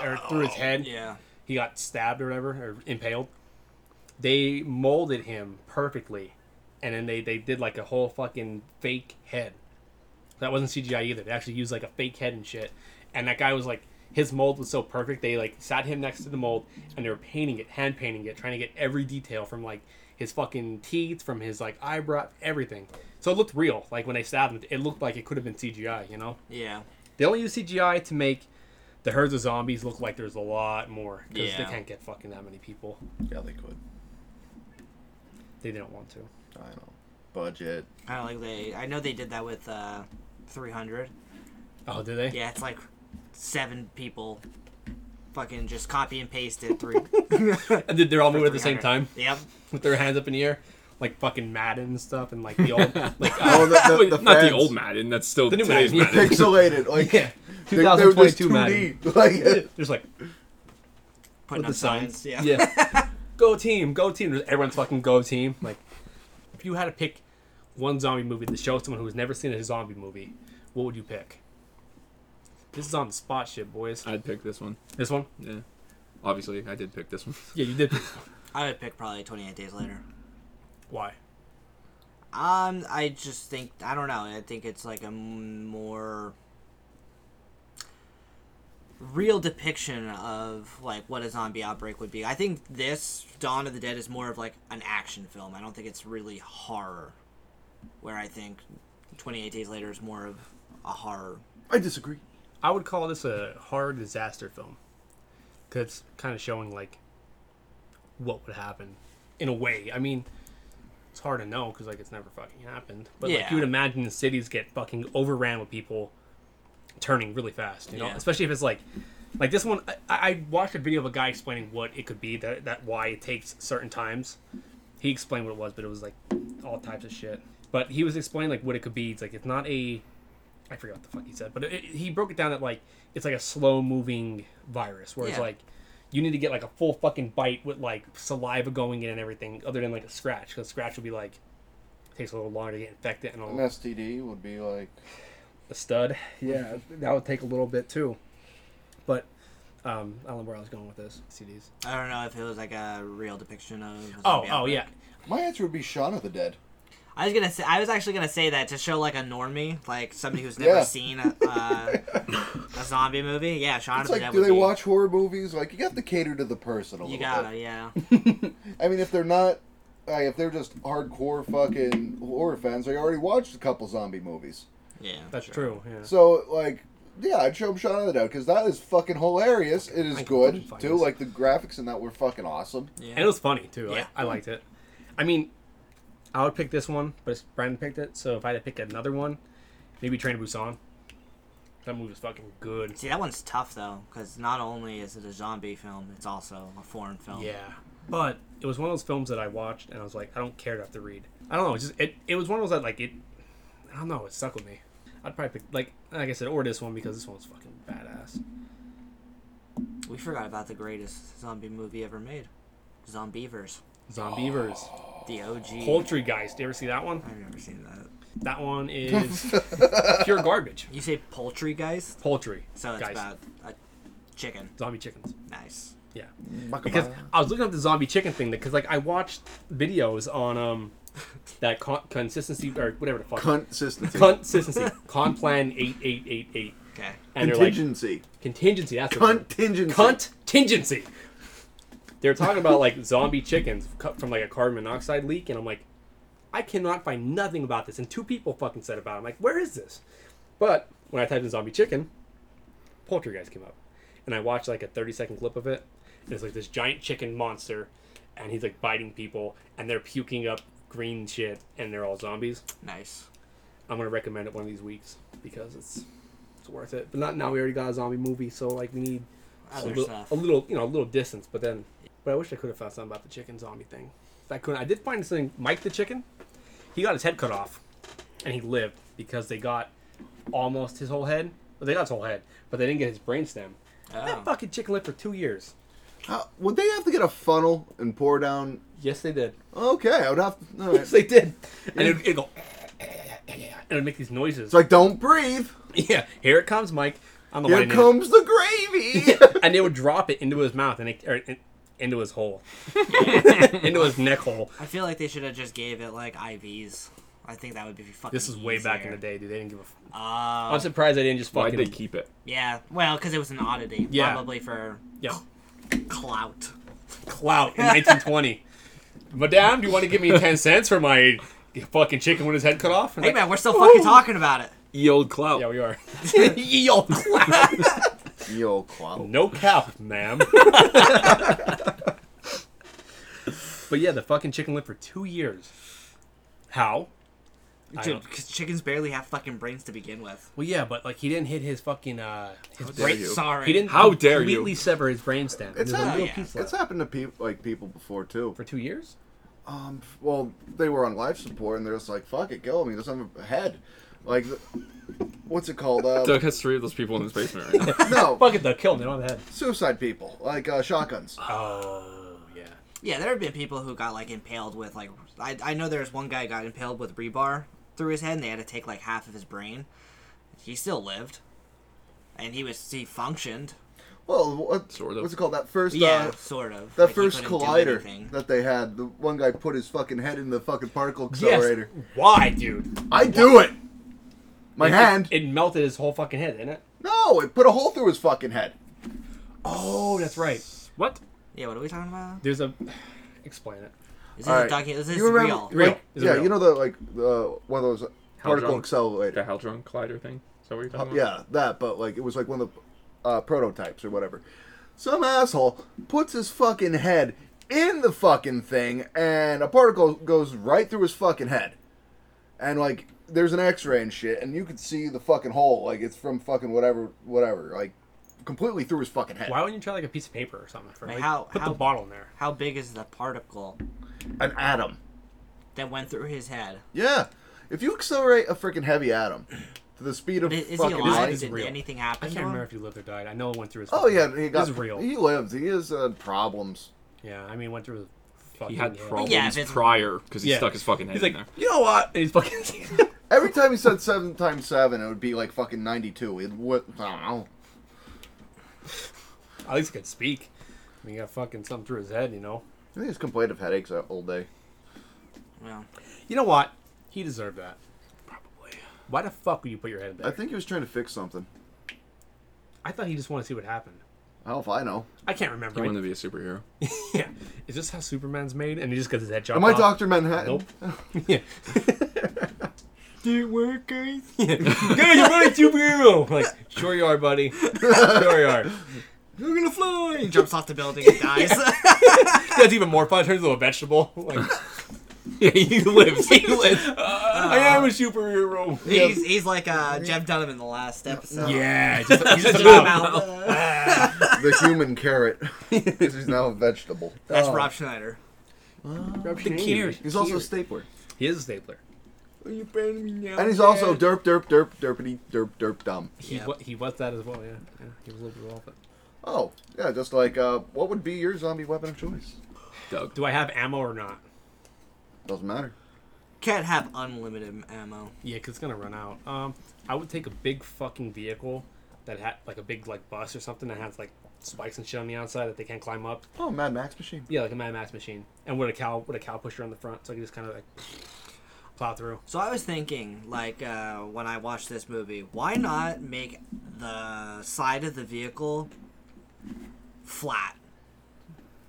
D: or through his head,
A: yeah.
D: he got stabbed or whatever or impaled they molded him perfectly and then they, they did like a whole fucking fake head that wasn't cgi either they actually used like a fake head and shit and that guy was like his mold was so perfect they like sat him next to the mold and they were painting it hand painting it trying to get every detail from like his fucking teeth from his like eyebrow everything so it looked real like when they stabbed him it looked like it could have been cgi you know
A: Yeah.
D: they only use CGI to make the herds of zombies look like there's a lot more because they
A: Yeah.
D: can't get fucking that many people.
C: yeah, they could.
D: They didn't want to.
C: I know. Budget. [laughs]
A: Kind of like they. I know they did that with uh, 300.
D: Oh, did they?
A: Yeah, it's like seven people. Fucking just copy and paste it
D: [laughs]
A: three.
D: And did they all move
A: for
D: at the same
A: 300.
D: time
A: Yep.
D: with their hands up in the air, like fucking Madden and stuff, and like
A: [laughs]
D: the old like uh,
C: Oh, the, the, the
E: not the
C: fans.
E: old Madden. That's still
D: The new
E: today's
D: Madden,
A: [laughs]
E: Madden.
C: Pixelated.
D: [laughs]
C: Like
D: yeah,
C: they- they were just
D: 2022 Madden.
C: 2D,
D: [laughs]
C: Like
D: There's like
A: Putting
D: With
A: up
D: the signs.
A: signs. Yeah.
D: yeah,
A: [laughs]
D: go team, go team. There's everyone's fucking go team. Like, if you had to pick one zombie movie to show someone who's never seen a zombie movie, what would you pick? This is on the spot shit, boys.
E: [laughs] I'd pick this one.
D: This one?
E: Yeah, obviously I did pick this one. [laughs]
D: Yeah, you did.
A: I would pick probably 28 days later.
D: Why?
A: Um, I just think I don't know. I think it's like a m- more real depiction of like what a zombie outbreak would be. I think this Dawn of the Dead is more of like an action film. I don't think it's really horror. Where I think 28 Days Later is more of a horror.
C: I disagree.
D: I would call this a horror disaster film because it's kind of showing like what would happen in a way. I mean, it's hard to know because like it's never fucking happened, but like
A: Yeah.
D: you would imagine the cities get fucking overran with people turning really fast, you know,
A: Yeah.
D: especially if it's like. Like this one, I, I watched a video of a guy explaining what it could be that, that why it takes certain times. He explained what it was, but it was like all types of shit. But he was explaining like what it could be. It's like it's not a I forget what the fuck he said, but it, it- he broke it down that like it's like a slow moving virus, where it's
A: Yeah.
D: like you need to get like a full fucking bite with like saliva going in and everything, other than like a scratch, because scratch will be like takes a little longer to get infected and all
B: An STD would be like
D: the stud. Yeah, that would take a little bit too. But um, I don't know where I was going with this. CDs.
A: I don't know if it was like a real depiction of. a
D: Oh,
A: zombie
D: oh
A: outbreak.
D: yeah.
B: my answer would be Shaun of the Dead.
A: I was gonna say. I was actually gonna say that to show like a normie, like somebody who's never
B: Yeah.
A: seen a,
B: [laughs]
A: uh, a zombie movie. Yeah, Shaun
B: It's
A: of
B: like,
A: the Dead
B: do
A: would
B: they
A: be-
B: watch horror movies? Like, you have to cater to the person a little
A: You gotta,
B: bit. [laughs]
A: yeah.
B: I mean, if they're not, like, if they're just hardcore fucking horror fans, they already watched a couple zombie movies.
A: Yeah.
D: That's true. Yeah.
B: So, like, yeah, I'd show them Shaun of the Dead because that is fucking hilarious. It is
D: I
B: good
D: couldn't find
B: too.
D: this.
B: Like the graphics in that were fucking awesome.
A: Yeah.
D: And it was funny too.
A: Yeah.
D: I, I liked it. I mean, I would pick this one, but it's- Brandon picked it. So if I had to pick another one, maybe Train to Busan. That movie was fucking good.
A: See, that one's tough though, because not only is it a zombie film, it's also a foreign film.
D: Yeah, but it was one of those films that I watched and I was like, I don't care to have to read. I don't know. It's just it. It was one of those that like it. I don't know. It stuck with me. I'd probably pick like like I said, or this one because this one was fucking badass.
A: We forgot about the greatest zombie movie ever made, Zombievers,
D: Zombievers,
A: the
D: Oh.
A: OG.
D: Poultrygeist. You ever see that one?
A: I've never seen that.
D: That one is pure garbage.
A: You say poultry guys,
D: Poultry.
A: so it's
D: Geist.
A: about a chicken.
D: zombie chickens.
A: Nice.
D: Yeah. Because I was looking up the zombie chicken thing because like I watched videos on um that con- consistency or whatever the
B: [laughs]
D: fuck
C: Consistency.
D: consistency con plan eight eight eight eight
A: Okay.
D: and they're like
C: Contingency.
D: Contingency. That's what it
C: Contingency.
D: is. Contingency. They're talking about like zombie chickens cut from like a carbon monoxide leak, and I'm like, I cannot find nothing about this. And two people fucking said about it. I'm like, where is this? But when I typed in zombie chicken, poultry guys came up, and I watched like a 30 second clip of it. And it's like this giant chicken monster, and he's like biting people, and they're puking up green shit, and they're all zombies.
A: Nice.
D: I'm gonna recommend it one of these weeks because it's it's worth it. But not now. We already got a zombie movie, so like we need a
A: Other
D: little,
A: stuff.
D: a little, you know, a little distance. But then, but I wish I could have found something about the chicken zombie thing. If I couldn't. I did find something. Mike the chicken, he got his head cut off, and he lived because they got almost his whole head. Well, they got his whole head, but they didn't get his brain stem.
A: Oh.
D: That fucking chicken lived for two years.
C: How- would they have to get a funnel and pour down?
D: Yes, they did.
C: Okay, I would have to. all [laughs] right.
D: Yes, they did. And it'd, it'd go. [laughs] And it'd make these noises.
C: It's like, don't breathe.
D: [laughs] yeah, here it comes, Mike. I'm the
C: Here
D: white man.
C: comes the [laughs] gravy.
D: and they would drop it into his mouth and it, or in- into his hole, into his neck hole.
A: I feel like they should have just gave it like IVs. I think that would be fucking.
D: This is way back in the
A: easier.
D: day, dude. They didn't give a. F-
A: Oh.
D: I'm surprised they didn't just
E: Why'd
D: fucking.
E: they keep it?
A: yeah. Well, because it was an oddity,
D: Yeah.
A: probably for
E: [laughs]
D: yeah,
A: clout.
D: clout in 1920. Madame, do you want to give me 10 cents for my fucking chicken with his head cut off? And
A: Hey
D: like,
A: man, we're still fucking talking about it.
E: Ye old clout.
D: Yeah, we
E: [laughs]
D: are. [laughs] Ye old clout.
C: Yo, clown.
D: No cap,
E: [laughs]
D: ma'am. but yeah, the fucking chicken lived for two years. How? I
A: Dude,
D: don't-
A: because chickens barely have fucking brains to begin with.
D: Well, yeah, but like he didn't hit his fucking uh his
C: dare
D: brain.
C: you.
A: Sorry.
D: He didn't.
E: How dare you.
D: completely sever his brainstem.
C: It's
D: There's a
C: not-
D: little
A: yeah.
D: piece left.
C: It's happened to people like people before too.
D: for two years.
C: Um, well, they were on life support and they're just like, fuck it, kill him. He doesn't have a head. Like, the- what's it called? Uh, [laughs]
E: Doug has three of those people in his basement
A: [laughs]
E: right now.
C: no,
D: Fuck it, though. Kill him. They don't have a head.
C: suicide people, like uh, shotguns.
D: Oh yeah.
A: Yeah, there have been people who got like impaled with like I, I know there's one guy who got impaled with rebar through his head and they had to take like half of his brain. He still lived. And he was he functioned.
C: Well, what,
E: Sort of.
C: what's it called? That first,
A: yeah,
C: uh,
A: sort of.
C: that
A: Like, he
C: first
A: couldn't do
C: collider
A: anything.
C: that they had. The one guy put his fucking head in the fucking particle accelerator.
D: Yes. Why, dude?
C: I do it. My
D: It-
C: hand.
D: It, melted his whole fucking head, didn't it?
C: no, it put a hole through his fucking head.
D: Oh, that's right.
E: What?
A: Yeah, what are we talking about?
D: There's a. [sighs] Explain it.
A: Is this
C: All
A: a
C: right.
A: docu- is this
C: You remember-
A: real?
D: Real.
C: Like,
D: Is it
C: yeah,
D: real?
C: you know the like the one of those particle
E: drunk?
C: accelerator.
E: The Haldron Collider thing? Is that what you're talking about?
C: Oh, Yeah, that, but like it was like one of the uh, prototypes or whatever. Some asshole puts his fucking head in the fucking thing, and a particle goes right through his fucking head. And like, there's an X-ray and shit, and you could see the fucking hole. Like it's from fucking whatever, whatever. Like completely through his fucking head.
D: Why wouldn't you try like a piece of paper or something? For,
A: Like,
D: like,
A: how-
D: put
A: how-
D: the bottle in there.
A: How big is the particle
C: An atom.
A: that went through his head?
C: Yeah. If you accelerate a freaking heavy atom to the speed of
A: Is, is he
C: fucking
A: alive?
C: light-
D: is
A: Did
D: real.
A: anything
D: I
A: happen?
D: can't
A: to him?
D: remember if he lived or died. I know it went through his.
C: Oh
D: fucking-
C: yeah, he got
D: This is real.
C: He lives. He has uh, problems.
D: Yeah, I mean, went through his fucking
F: He had
D: yeah.
F: problems
A: Yeah, if it's-
F: prior because he
D: [laughs] Yeah.
F: stuck his fucking head
D: He's like,
F: in there.
D: you know what? [laughs] And he's fucking.
C: Every time he said seven times seven, it would be like fucking ninety-two. It would. I don't know.
D: At least he could speak. I mean, he got fucking something through his head, you know.
C: I think he's complained of headaches that all day.
A: Well,
D: You know what? He deserved that.
F: Probably.
D: Why the fuck would you put your head there?
C: I think he was trying to fix something.
D: I thought he just wanted to see what happened.
C: Hell if I know.
D: I can't remember.
F: He
D: I-
F: wanted to
D: [laughs]
F: be a superhero.
D: yeah. Is this how Superman's made? And he just got his head chopped
C: Am I
D: off.
C: Doctor Manhattan?
D: [laughs] Yeah. Did it work, guys? Yeah. guys, you're running superhero. Like, sure you are, [laughs] buddy. Sure you are. You're
A: he
D: gonna fly.
A: jumps off the building and [laughs] dies.
D: That's even more fun. Turns into a vegetable. [laughs] Like,
F: yeah, he
D: [laughs]
F: lives. He lives.
D: I am a superhero.
A: he's, he's like uh, Jeff Dunham in the last episode.
D: [laughs]
A: uh,
D: Yeah. Just, he's just
A: Jump
D: about-
A: out.
C: [laughs] the human carrot. [laughs] 'Cause he's now a vegetable.
A: That's
D: Oh.
A: Rob Schneider.
D: the carrot.
C: He's also a stapler.
D: He is a stapler.
C: And he's also derp, derp, derp, derpity, derp, derp, dumb.
D: He,
A: Yeah.
D: wa- he was that as well. Yeah. yeah. He was a little bit off it.
C: Oh, yeah, just like, uh, what would be your zombie weapon of choice?
F: Doug.
D: Do I have ammo or not?
C: Doesn't matter.
A: Can't have unlimited ammo.
D: Yeah, 'cause it's gonna run out. Um, I would take a big fucking vehicle that had like a big like bus or something that has like spikes and shit on the outside that they can't climb up.
C: Oh, Mad Max machine.
D: Yeah, like a Mad Max machine, and with a cow with a cow pusher on the front, so I can just kind of like [sniffs] plow through.
A: So I was thinking, like, uh, when I watched this movie, why not make the side of the vehicle flat?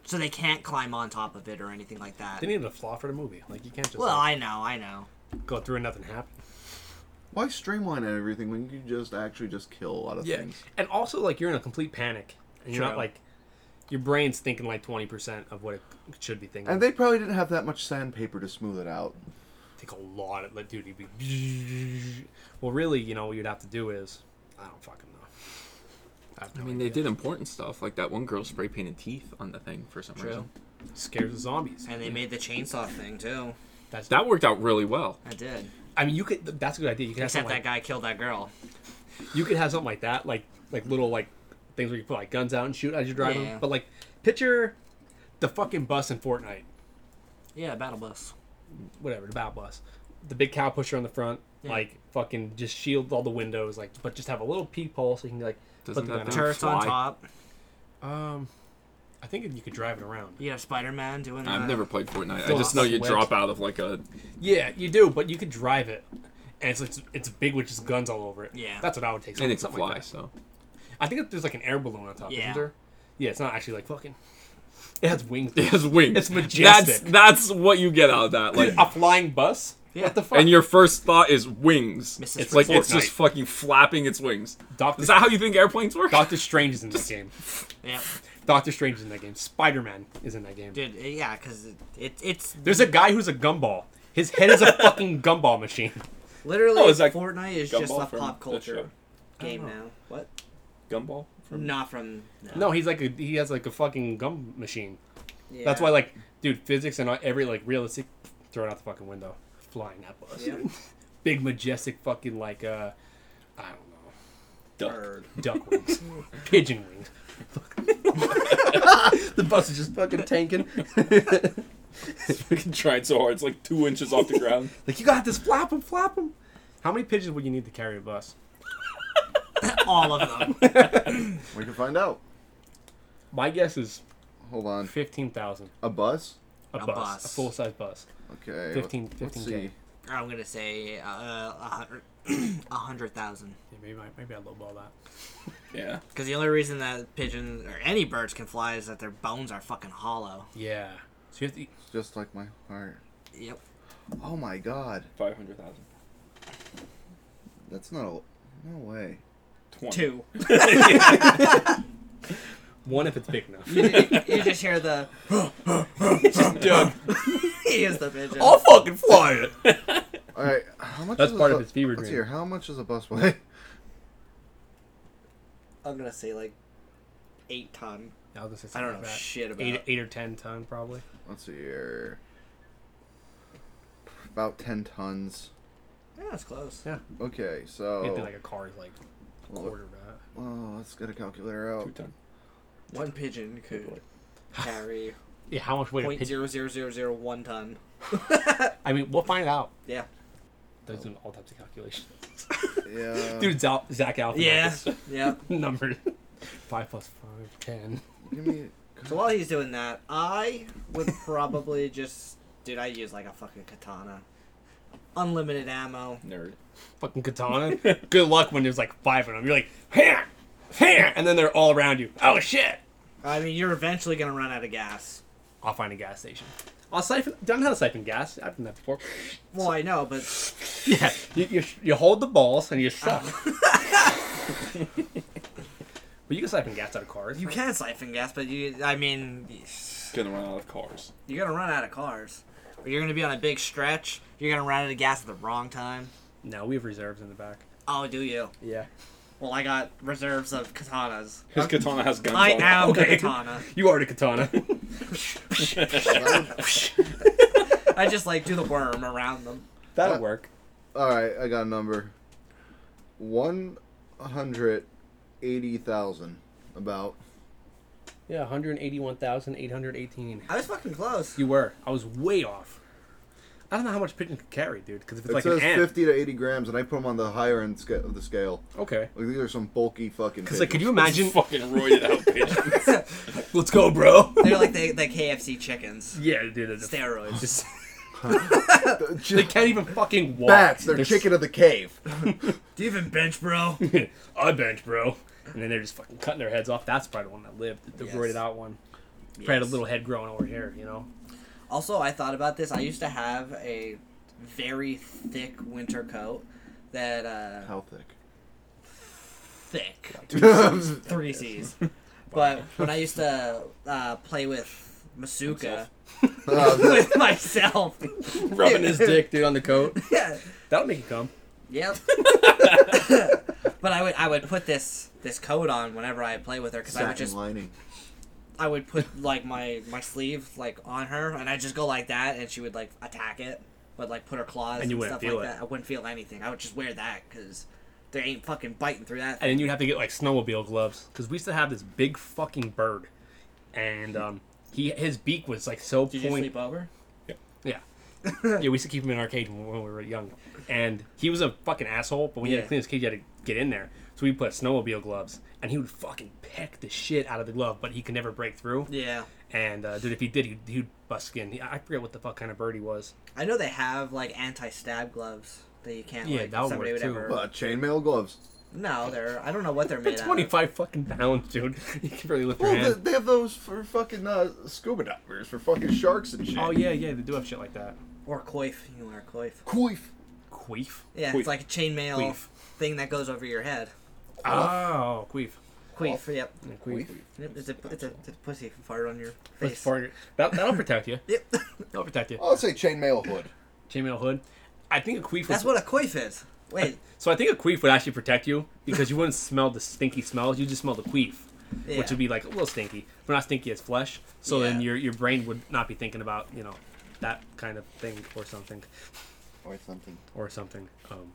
A: So they can't climb on top of it or anything like that.
D: They needed a flaw for the movie. Like you can't just
A: Well,
D: like,
A: I know, I know.
D: go through and nothing happen.
C: Why streamline everything when you can just actually just kill a lot of
F: Yeah.
C: things?
D: And also, like you're in a complete panic, and you're not
A: True.
D: like your brain's thinking like twenty percent of what it should be thinking.
C: And they probably didn't have that much sandpaper to smooth it out.
D: take a lot of like, dude. You'd be well, really, you know what you'd have to do is I don't fucking know. I, have no
F: I mean, they
D: idea.
F: did important stuff. Like that one girl spray painted teeth on the thing for some reason.
D: scares the zombies.
A: And they made the chainsaw thing too.
D: That's
F: That worked out really well.
A: I did.
D: I mean, you could. That's a good idea. You could have
A: Except
D: something
A: that
D: like,
A: guy killed that girl.
D: you could have something like that, like like little like things where you put like guns out and shoot as you're driving.
A: Yeah.
D: But like, picture the fucking bus in Fortnite,
A: Yeah, battle bus.
D: whatever the bow bus, the big cow pusher on the front,
A: Yeah.
D: like fucking just shield all the windows, like but just have a little peephole so you can like
F: Doesn't
D: put
F: that
D: the gun
A: Turrets on
F: fly.
A: top.
D: out. Um, I think you could drive it around.
A: You have Spider Man doing.
F: I've
A: uh,
F: never played Fortnite. I
D: Full
F: just know you
D: sweat.
F: drop out of like a.
D: Yeah, you do, but you could drive it. And it's, it's it's big with just guns all over it.
A: Yeah.
D: that's what I would take.
F: And
D: Something,
F: it's a
D: something like
F: fly, so.
D: that.
F: [laughs]
D: I think that there's like an air balloon on top,
A: Yeah.
D: isn't there? Yeah, it's not actually like fucking. It has wings.
F: It has wings.
D: It's majestic.
F: That's that's what you get out of that.
E: [laughs]
F: Like,
D: a flying bus.
A: Yeah.
D: What the fuck?
F: and your first thought is wings.
A: Mrs.
F: It's like it's
D: Fortnite.
F: just fucking flapping its wings.
D: Doctor,
F: Is that how you think airplanes work?
D: Doctor Strange is in that game.
A: Yeah,
D: Doctor Strange is in that game. Spider Man is in that game.
A: dude. Yeah, because it, it, it's
E: [laughs]
D: There's a guy who's a gumball. His head is a fucking gumball machine.
A: literally
E: Oh, is that
A: Fortnite is
E: Gumball
A: just a
E: from
A: pop
E: that
A: culture
E: show?
A: game
D: Oh.
A: now. What?
E: Gumball. From
A: Not from.
D: [laughs] No, he's like a, he has like a fucking gum machine.
A: Yeah.
D: That's
A: [laughs]
D: why like dude, physics and all- every like realistic, throw it out the fucking window. Flying that bus.
A: Yeah.
D: [laughs] Big majestic fucking like uh, I don't know.
E: Duck. [laughs]
A: Bird.
D: duck [laughs] wings, pigeon wings. [laughs] the bus is just fucking tanking. [laughs]
E: Fucking tried so hard. It's like two inches off
F: [laughs]
E: the ground.
D: like you got this flap 'em, flap 'em. How many pigeons would you need to carry a bus?
A: All of them.
D: [laughs]
C: We can find out.
D: My guess is
C: Hold on.
D: fifteen thousand.
C: A bus?
D: A,
A: A
D: bus,
A: bus.
D: a full size bus.
C: Okay.
D: 15
C: let's
D: 15K.
C: see.
A: I'm gonna say uh, a hundred, [clears throat] a hundred thousand.
D: Yeah, maybe I, maybe I lowball that.
E: Yeah.
A: Because the only reason that pigeons or any birds can fly is that their bones are fucking hollow.
D: Yeah. So you have to. Eat.
C: Just like my heart.
A: Yep.
C: Oh my god.
E: Five hundred thousand.
C: That's not a. No way.
E: Twenty. [laughs]
A: Two.
D: One if it's big enough. [laughs]
A: you just hear the. [laughs]
D: Doug,
A: He is the pigeon.
D: fucking fly [laughs] it.
C: Alright, how much
D: That's
C: is
D: part
C: a,
D: of his fever
C: let's
D: dream.
C: hear, how much is a bus [laughs] weigh?
A: I'm gonna say like eight ton.
D: I, was gonna say
A: I
D: something
A: don't
D: like
A: know
D: that.
A: shit about.
D: Eight, eight or ten ton probably.
C: Let's see here. About 10 tons.
A: Yeah, that's close.
C: Okay,
D: It'd
C: so.
A: Oh.
D: be like a car's like a
C: Well,
D: quarter of that.
C: oh, let's get a calculator out.
E: Two ton.
A: One pigeon could carry
D: Yeah, how much weight a
A: Point
D: pigeon?
A: zero zero zero zero one ton.
D: I mean, we'll find out.
A: Yeah.
D: They're doing all types of calculations.
B: Yeah.
D: [laughs] Dude, Zal- Zach Alpha.
A: Yeah. Oh. [laughs] yeah.
D: [laughs] Numbered. Five plus five, ten.
B: Give me.
A: So while he's doing that, I would probably [laughs] just, dude, I use like a fucking katana, unlimited ammo.
E: Nerd.
D: Fucking katana. [laughs] Good luck when there's like five of them. You're like, ham, ham, and then they're all around you. Oh shit!
A: I mean, you're eventually gonna run out of gas.
D: I'll find a gas station. I'll siphon. Don't know how to siphon gas. I've done that before.
A: Well, I know, but
D: Yeah, you, you, you hold the balls and you suck. but
B: Uh-huh.
D: [laughs] you can siphon gas out of cars.
A: you can siphon gas. But you, I mean,
E: Gonna run out of cars.
A: you're gonna run out of cars, or you're gonna be on a big stretch. You're gonna run out of gas at the wrong time.
D: No, we have reserves in the back.
A: Oh, do you?
D: Yeah.
A: Well, I got reserves of katanas.
E: His katana has guns.
A: I
E: on it. [laughs]
A: am the
D: Okay.
A: katana.
D: You are
B: [laughs]
D: the katana. [laughs]
A: I just like do the worm around them.
B: Uh,
D: That'll work.
B: All right, I got a number. One hundred eighty thousand, about.
D: Yeah, 181,818.
A: I was fucking close.
D: You were. I was way off. I don't know how much pigeon can carry, dude, because if it's
B: It
D: like
B: says
D: an ant.
B: fifty to eighty grams, and I put them on the higher end sca- of the scale.
D: Okay.
B: Like these are some bulky fucking.
D: Because, like, could you
B: pigeons.
D: imagine?
E: fucking roided out pigeon.
D: [laughs] Let's go,
B: [laughs]
D: bro.
A: They're like the, the KFC chickens.
D: yeah, dude. they're just-
A: Steroids.
D: just-
B: Ch-
D: they
B: [laughs]
D: can't even fucking walk.
B: bats? They're chicken of the cave.
A: Do you even bench, bro?
D: [laughs] I bench, bro. And then they're just fucking cutting their heads off. That's probably the one that lived, the
A: Yes.
D: roided out one. Probably had a little head growing over here, you know.
A: [laughs] Also, I thought about this. I used to have a very thick winter coat that uh
B: How [laughs] thick?
A: [laughs] thick
B: Dude,
A: three [laughs] C's. But when I used to uh, play with Masuka
B: Uh,
A: [laughs]
D: [laughs]
A: with myself,
D: Rubbing his dick, dude, on the coat.
A: yeah,
D: That'll make you come. [laughs]
A: yep. but I would I would put this this coat on whenever I play with her because I would
B: satin
A: just
B: lining.
A: I would put like my my sleeve like on her and I just go like that and she would like attack it but like put her claws
D: And
A: and,
D: you wouldn't
A: stuff
D: feel
A: like
D: it.
A: that. I wouldn't feel anything. I would just wear that because they ain't fucking biting through that.
D: and then you'd have to get like snowmobile gloves because we used to have this big fucking bird, and um, he his beak was like so
A: Did you
D: point.
A: sleep over?
D: Yeah, [laughs] yeah, we used to keep him in our cage when we were young, and he was a fucking asshole. But when you
A: Yeah.
D: had to clean his cage, you had to get in there. So we put snowmobile gloves, and he would fucking peck the shit out of the glove, but he could never break through.
A: Yeah, and
D: And uh, dude, if he did, he'd, he'd bust skin. He, I forget what the fuck kind of bird he was.
A: I know they have like anti-stab gloves that you can't.
D: Yeah,
A: like,
D: that would
A: somebody
D: work,
A: would
D: too.
A: ever.
B: Uh, chainmail gloves.
A: No, they're. I don't know what they're made out of.
D: Twenty-five fucking pounds, dude. [laughs] You can barely lift your
B: Well,
D: hand.
B: they, they have those for fucking uh, scuba divers, for fucking sharks and shit.
D: Oh yeah, yeah, they do have shit like that.
A: Or coif. You can wear a coif.
B: Coif.
D: Queef.
A: Yeah,
E: Coif.
A: it's like a chainmail
D: Queef.
A: thing that goes over your head.
D: Oh, queef.
A: Queef. Yep.
D: Yeah, queef.
A: Yep, It's a it's a, it's a pussy fart on your
D: Let's
A: face.
D: fart. That, that'll
A: [laughs]
D: protect you.
A: Yep.
D: That'll protect you.
B: I'll say chainmail hood.
D: Chainmail hood. I think a queef.
A: That's
D: would,
A: what a coif is.
D: [laughs]
A: Wait.
D: So I think a queef would actually protect you because you wouldn't smell the stinky smells. You just smell the queef,
A: Yeah.
D: which would be like a little stinky, but not stinky as flesh. So then
A: Yeah.
D: your your brain would not be thinking about you know that kind of thing or something
B: Or something.
D: or something. Um,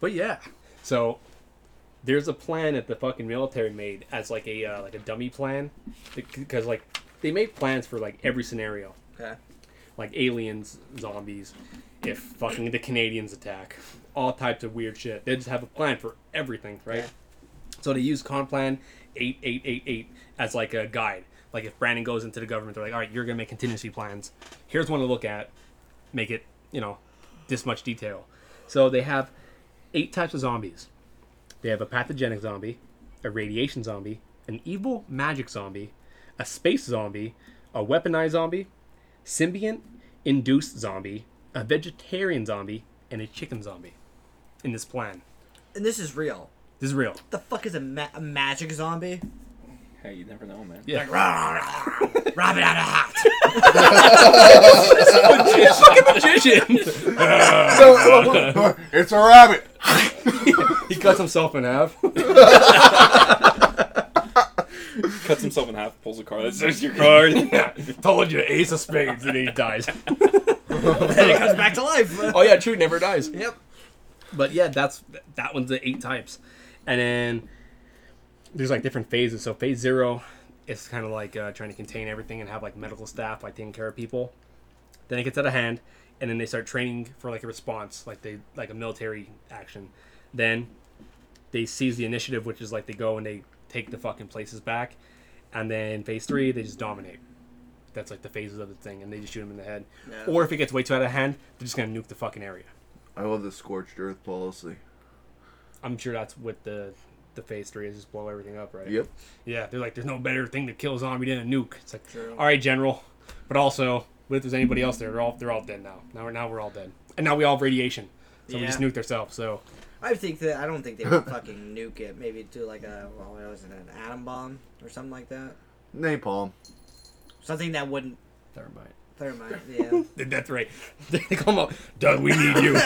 D: but yeah, so there's a plan that the fucking military made as like a uh, like a dummy plan because like they make plans for like every scenario.
A: Okay.
D: like aliens, zombies, if fucking the Canadians attack, all types of weird shit. They just have a plan for everything, right?
A: Yeah.
D: So they use Complan 8888 as like a guide. Like if Brandon goes into the government, they're like, all right, you're going to make contingency plans. Here's one to look at. Make it, you know, this much detail. So they have eight types of zombies. They have a pathogenic zombie, a radiation zombie, an evil magic zombie, a space zombie, a weaponized zombie, symbiont induced zombie, a vegetarian zombie, and a chicken zombie in this plan.
A: And this is real.
D: This is real.
A: The fuck is a, ma- a magic zombie?
E: Hey, you never know, man.
D: Yeah. [laughs]
A: Robin out of hat. [laughs]
D: magician!
B: [laughs] it's a rabbit.
D: [laughs] he cuts himself in half. [laughs]
E: Cuts himself in half, pulls a card. That's there's
D: [laughs]
E: your card.
D: Told you, ace of spades, and he [laughs] dies.
A: and it comes back to life.
D: oh yeah, true, never dies.
A: Yep.
D: But yeah, that's that one's the eight types, and then there's like different phases. So phase zero, it's kind of like uh, trying to contain everything and have like medical staff like taking care of people. Then it gets out of hand, and then they start training for like a response, like they like a military action. Then they seize the initiative, which is like they go and they take the fucking places back. And then phase three, they just dominate. That's like the phases of the thing, and they just shoot them in the head. Or if it gets way too out of hand, they're just gonna nuke the fucking area.
G: I love the scorched earth policy.
D: I'm sure that's what the the phase three is just blow everything up, right?
G: Yep.
D: Yeah, they're like, there's no better thing to kill a zombie than a nuke. It's like, all right, General, but also, what if there's anybody else there? They're all they're all dead now. Now we're now we're all dead, and now we all have radiation, so we
A: Yeah.
D: just nuked ourselves. So
A: I think that I don't think they
D: [laughs]
A: would fucking nuke it. Maybe do like a well, what was it an atom bomb or something like that?
G: Napalm.
A: Something that wouldn't
D: thermite.
A: thermite. Yeah.
D: [laughs] That's right. [laughs] They come up, Doug. We
C: [laughs]
D: need you.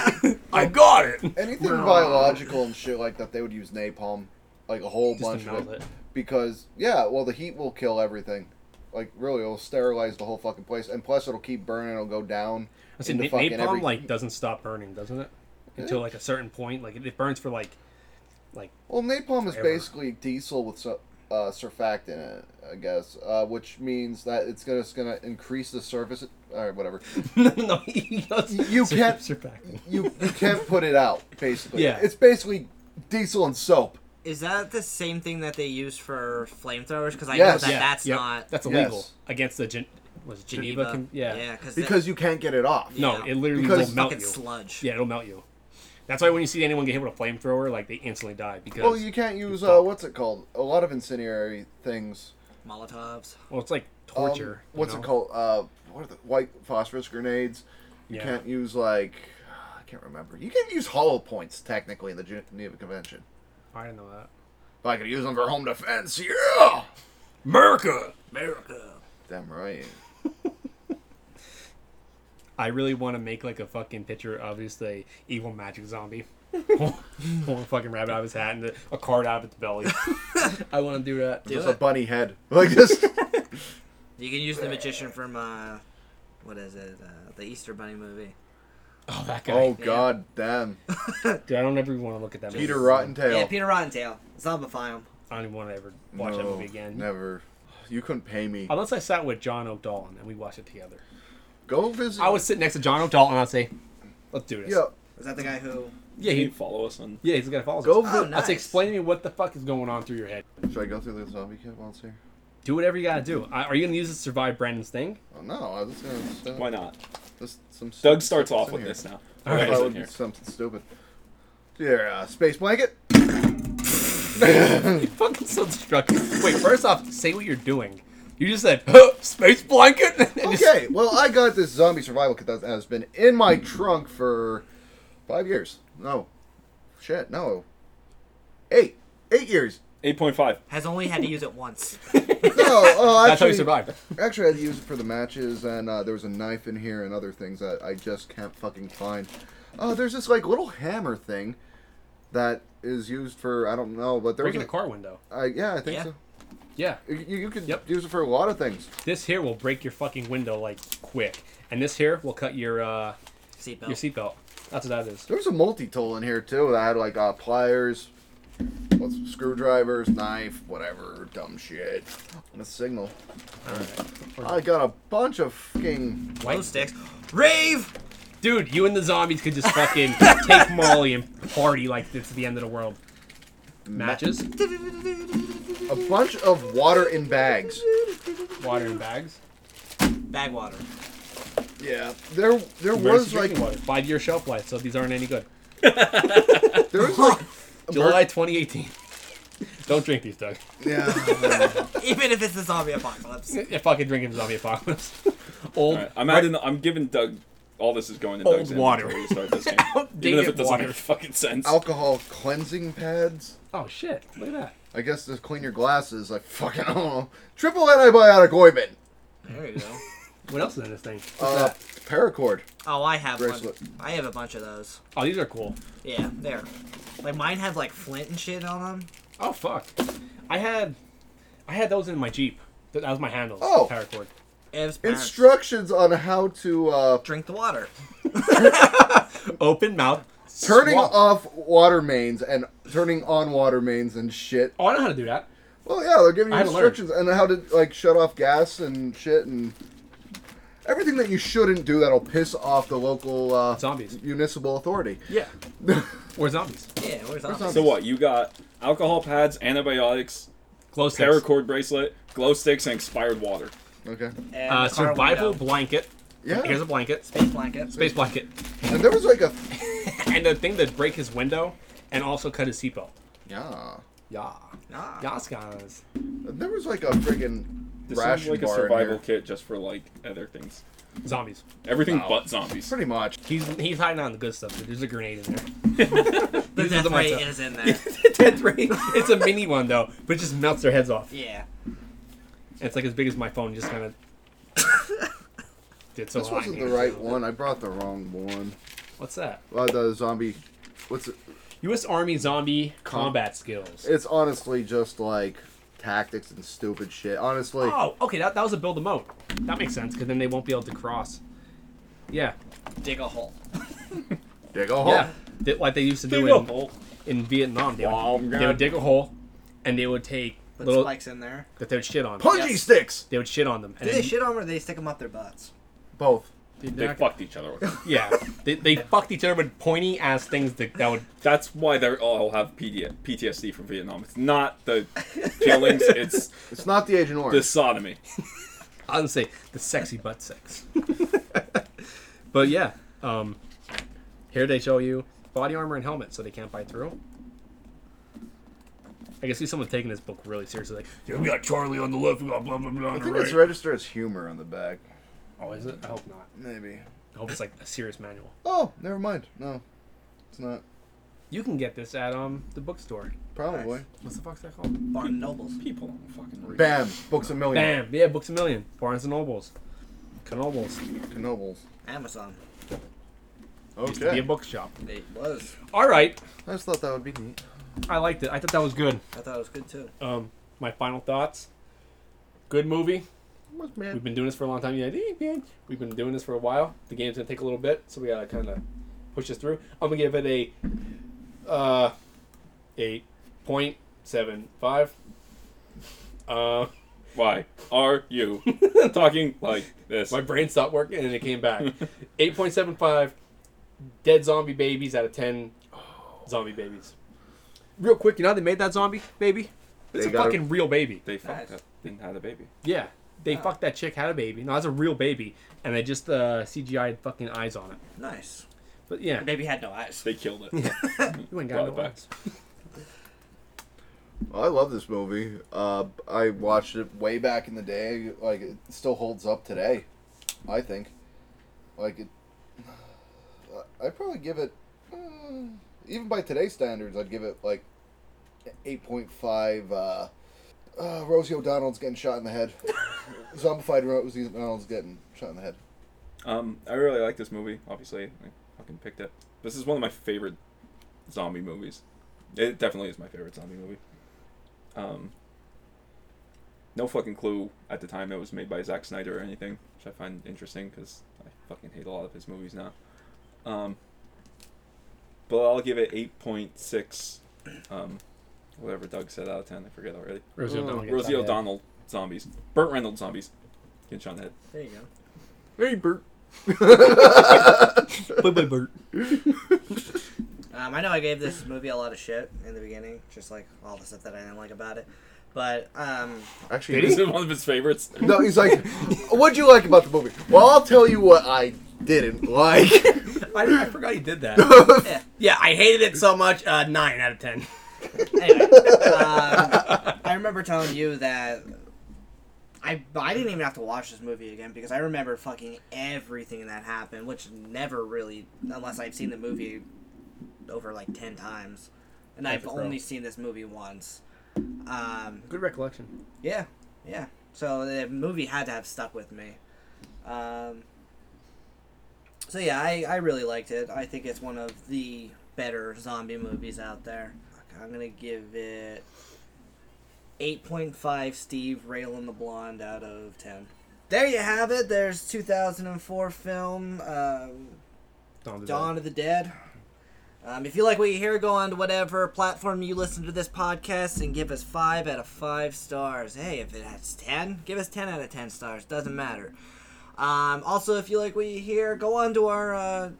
D: I got it.
C: Anything biological and shit like that, they would use napalm, like a whole
D: Just to
C: bunch of
D: melt
C: it,
D: it.
C: because yeah, well, the heat will kill everything. Like really, it'll sterilize the whole fucking place, and plus it'll keep burning. It'll go down.
D: I said
C: into
D: na-
C: fucking
D: napalm
C: every- [laughs]
D: like doesn't stop burning, doesn't it? Until like a certain point, like it, it burns for like, [laughs] like
C: Well, napalm is
D: Ever.
C: basically diesel with su- uh, surfactant in it, I guess, uh, which means that it's gonna, it's gonna increase the surface or whatever.
D: no, no, [laughs] he does.
C: You
D: sur-
C: can't-
D: surfactant.
C: You you can't put it out. Basically,
D: Yeah.
C: It's basically diesel and soap.
A: Is that the same thing that they use for flamethrowers? Because I
C: Yes.
A: know that
C: Yeah,
A: that's
D: Yep,
A: not
D: that's
C: Yes.
D: illegal against the Gen- was it Geneva.
A: Geneva.
D: Con- yeah.
A: Yeah. Cause they-
G: Because you can't get it off.
D: No,
A: Yeah.
D: it literally
G: Because
D: will
G: it's
D: melt
A: fucking
D: you.
A: sludge.
D: Yeah, it'll melt you. That's why when you see anyone get hit with a flamethrower, like they instantly die because
C: Well, you can't use uh, what's it called? A lot of incendiary things.
A: Molotovs.
D: well, it's like
C: Um,
D: torture. you
C: what's
D: know?
C: it called? Uh, what are the white phosphorus grenades? You
D: Yeah.
C: can't use like I can't remember. You can use hollow points technically in the Geneva Convention.
D: I didn't know that.
C: If I could use them for home defense, yeah.
D: America.
A: America.
C: Damn right.
D: I really want to make like a fucking picture of just a evil
A: [laughs]
D: magic zombie. Pulling a fucking rabbit out of his hat and a card out of its
A: [laughs]
D: belly. I want to do that.
A: Do
C: Just
A: it.
C: a bunny head [laughs] like
D: [laughs]
C: this.
A: You can use the magician from uh, what is it? Uh, the Easter Bunny movie.
D: Oh, that guy.
C: oh god, damn.
D: Dude, I don't ever want to look at that.
C: Peter
D: movie.
C: Rottentail.
A: Yeah, Peter Rottentail. Zombify him.
D: I don't even want to ever watch that
C: No,
D: movie again.
C: Never. You couldn't pay me.
D: Unless I sat with John O'Dallon and we watched it together.
C: Go visit.
D: I would sit next to John O'Dallon and I'd say, "Let's do this."
C: Yeah.
A: Was that the guy who?
D: yeah,
E: Can you
D: he,
E: follow us on?
D: yeah, he's gonna follow us.
G: Go
A: Oh,
D: That's
A: nice.
D: explain to me what the fuck is going on through your head.
C: Should I go through the zombie kid while it's here?
D: Do whatever you gotta do. I, are you gonna use it to survive Brandon's thing?
C: Oh, no, I was just gonna.
E: Why not?
C: This, some
E: Doug
C: stupid
E: starts
C: shit's
E: off
C: in
E: with
C: here.
E: this now.
D: All right.
C: I
E: Doug's
C: would
E: in
C: be
E: here.
C: something stupid. Here, uh, space
D: [laughs]
C: blanket.
D: You're fucking so destructive. Wait, first off, say what you're doing. You just said huh, space blanket. [laughs] and just-
C: Okay, well, I got this zombie survival kit that has been in my trunk for five years. No, shit, no, eight, eight years.
E: Eight point five.
A: Has only had to use it
D: [laughs]
A: once.
C: No, oh,
D: That's how
C: actually,
D: you survive.
C: actually, I had to use it for the matches, and uh, there was a knife in here and other things that I just can't fucking find. Oh, there's this like little hammer thing that is used for I don't know, but there was
D: Breaking a car window.
C: I- yeah, I think
A: Yeah.
C: so.
D: Yeah,
C: You, you could
D: Yep.
C: use it for a lot of things.
D: this here will break your fucking window like quick, and this here will cut your uh
A: Seatbelt.
D: your seatbelt. That's what that is.
C: There was a multi-tool in here too that had like uh, pliers, what's screwdrivers, knife, whatever, dumb shit, and a signal. I got a bunch of fucking.
A: Glow sticks. Rave.
D: Dude, you and the zombies could just fucking [laughs] take Molly and party like this is the end of the world. Matches,
C: A bunch of water in bags.
D: water in bags.
A: Bag water.
C: Yeah, there there
D: Where's
C: was
D: the
C: like
D: drinking water? Five year shelf life, so these aren't any good.
C: there was like
D: July 2018. [laughs] Don't drink these, Doug.
C: [laughs]
D: [laughs]
C: yeah.
A: Even if it's the zombie apocalypse.
D: You're fucking drinking zombie apocalypse. [laughs] Old.
E: All right, I'm adding. I'm giving Doug. All this is going to
D: Old
E: Doug's
D: water.
E: inventory
D: [laughs]
E: to start this game. Even
D: Outdated
E: if it doesn't
D: water.
E: make fucking
C: [laughs]
E: sense.
C: Alcohol cleansing pads.
D: Oh shit! Look at that.
C: I guess to clean your glasses. I fucking [laughs] don't know. Triple antibiotic ointment.
A: There you go.
D: What else is in this thing?
C: Uh, paracord.
A: Oh, I have one.
C: Bracelet.
A: I have a bunch of those.
D: Oh, these are cool.
A: Yeah, there. Like mine have like flint and shit on them.
D: Oh fuck! I had, I had those in my jeep. Th- That was my handles.
C: Oh.
D: Paracord.
A: It was parents.
C: Instructions on how to uh,
A: Drink the water.
D: Open mouth.
C: turning
D: swallow.
C: off water mains and turning on water mains and shit.
D: Oh, I know how to do that.
C: Well, yeah, they're giving you
D: I learned.
C: instructions and how to like shut off gas and shit and everything that you shouldn't do that'll piss off the local uh,
D: Zombies.
C: municipal authority.
D: Yeah. [laughs] or zombies.
A: Yeah, where's that?
E: So what? You got alcohol pads, antibiotics,
D: Glow sticks.
E: paracord bracelet, glow sticks, and expired water.
C: Okay.
A: And
D: Uh,
A: the car
D: survival
A: window.
D: blanket.
C: Yeah.
D: Here's a blanket.
A: space blanket.
D: Space blanket.
C: And there was like a
D: And the thing that break his window and also cut his seatbelt.
C: yeah.
D: Yeah.
A: Ah.
D: Yas, guys.
C: There was like a friggin'
E: This is
C: ration
E: like a
C: bar in
E: survival
C: here.
E: kit just for like other things.
D: Zombies.
E: Everything
C: Wow. [laughs]
E: but zombies.
C: Pretty much.
D: He's he's hiding on the good stuff. Dude. There's a grenade in there.
A: [laughs] The
D: These are
A: death
D: the
A: ray
D: ones, uh,
A: is in
D: [laughs]
A: there.
D: death ray. It's a mini one though, but it just melts their heads off.
A: yeah.
D: And it's like as big as my phone,
A: [laughs]
D: just kind of. Did so
C: This
D: high.
C: wasn't the right one. I brought the wrong one.
D: What's that?
C: Uh, the zombie. What's it?
D: U.S. Army zombie
C: Com-
D: combat skills.
C: It's honestly just like tactics and stupid shit. Honestly.
D: Oh, okay. That, that was a build a moat. That makes sense because then they won't be able to cross. Yeah,
A: Dig a hole.
C: Dig a hole.
D: yeah. They- like they used to do
E: Dig a
D: in,
E: hole.
D: in Vietnam. They
E: Wow,
D: would,
E: I'm
D: they
E: gonna-
D: would dig a hole, and they would take
A: Put
D: little
A: spikes in there.
D: that they would shit on.
C: Punji
A: Yes.
C: sticks.
D: They would shit on them. And
A: Do they
D: then-
A: shit on 'em or do they stick them up their butts?
C: Both.
E: They fucked each other
D: [laughs]
E: with it.
D: Yeah, they, they fucked each other with pointy ass things that, that would.
E: That's why they all have PD- PTSD from Vietnam. It's not the killings, it's
C: It's not the Agent Orange.
E: the sodomy.
D: I would say the sexy butt sex. [laughs] but yeah, um, here they show you body armor and helmet, so they can't bite through. I can see someone taking this book really seriously. Like, yeah, we got Charlie on the left, we got blah blah
C: I
D: blah. On the
C: think
D: right.
C: it's registered as humor on the back.
D: Oh, is it? I hope not.
C: Maybe.
D: I hope it's like a serious manual.
C: Oh, never mind. No, it's not.
D: You can get this at um the bookstore.
C: Probably.
A: Nice.
D: What's the fuck's that called?
A: Barn Nobles.
E: People don't fucking read.
C: Bam. Books a million.
D: Bam! Yeah, Books a Million, Barnes and Nobles, Knobles.
C: Nobles.
A: Amazon.
D: Used to be a
C: Okay.
D: bookshop.
A: It was.
D: All right,
C: I just thought that would be neat.
D: I liked it. I thought that was good.
A: I thought it was good too.
D: Um, my final thoughts. Good movie.
C: What's
D: We've been doing this for a long time. Yeah, we've been doing this for a while. The game's gonna take a little bit, so we gotta kind of push this through. I'm gonna give it a uh, eight point seven five. Uh,
E: Why are you talking like this?
D: [laughs] my brain stopped working and it came [laughs] back. eight point seven five. Dead zombie babies out of ten. Zombie babies. Real quick, you know how they made that zombie baby? It's
C: They
D: a
C: got a-
D: fucking real baby.
E: They fucked
A: Nice.
E: up and had a baby.
D: Yeah, they fucked that chick had a baby. No, that's a real baby, and they just uh, CGI'd fucking eyes on it.
A: Nice.
D: But yeah,
A: The baby had no eyes.
E: They killed it.
D: you ain't got
E: Brought
D: no
E: it back.
D: eyes.
C: I love this movie. Uh, I watched it way back in the day. Like it still holds up today. I think. Like it. I I'd probably give it. Uh, even by today's standards, I'd give it like eight point five. Uh, uh, Rosie O'Donnell's getting shot in the head. [laughs] Zombified Rosie O'Donnell's getting shot in the head.
E: Um, I really like this movie. Obviously, I fucking picked it. This is one of my favorite zombie movies. It definitely is my favorite zombie movie. Um, no fucking clue at the time it was made by Zack Snyder or anything, which I find interesting because I fucking hate a lot of his movies now. Um, but I'll give it eight point six. Um, whatever Doug said out of ten, I forget already.
D: Oh, Rosie O'Donnell. gets
E: Rosie
D: out of bed.
E: O'Donnell zombies, Burt Reynolds zombies, get shot in the head.
A: There you go.
C: Hey, Bert.
D: Bye bye, Bert.
A: Um, I know I gave this movie a lot of shit in the beginning, just like all the stuff that I didn't like about it. But um,
C: Actually,
E: This is one of his favorites.
C: No, he's like, what'd you like about the movie? Well, I'll tell you what I didn't like. [laughs]
D: I, I forgot he did that.
A: yeah.
D: [laughs] yeah, I hated it so much. Uh, nine out of ten.
A: [laughs] Anyway, um, I remember telling you that I I didn't even have to watch this movie again because I remember fucking everything that happened, which never really, unless I've seen the movie over like ten times, and
D: Like
A: I've
D: the Crow.
A: only seen this movie once. Um,
D: Good recollection.
A: Yeah, yeah. So the movie had to have stuck with me. Um, so yeah, I, I really liked it. I think it's one of the better zombie movies out there. I'm gonna give it 8.5 Steve Raylan the Blonde out of 10. There you have it. There's 2004 film um,
D: Dawn. of the
A: Dawn of the Dead. Um, if you like what you hear, go on to whatever platform you listen to this podcast and give us five out of five stars. Hey, if it has ten, give us ten out of ten stars. Doesn't matter. Um, also, if you like what you hear, go on to our uh,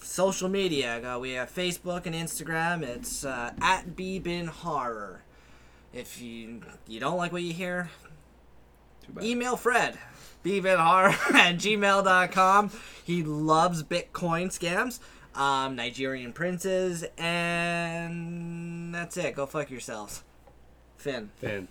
A: social media. Uh, we have Facebook and Instagram. It's uh, at Bebin Horror. If you you don't like what you hear,
E: Too bad.
A: email Fred, bvinhar [laughs] at gmail.com. He loves Bitcoin scams, um, Nigerian princes, and that's it. Go fuck yourselves. Finn.
D: Finn.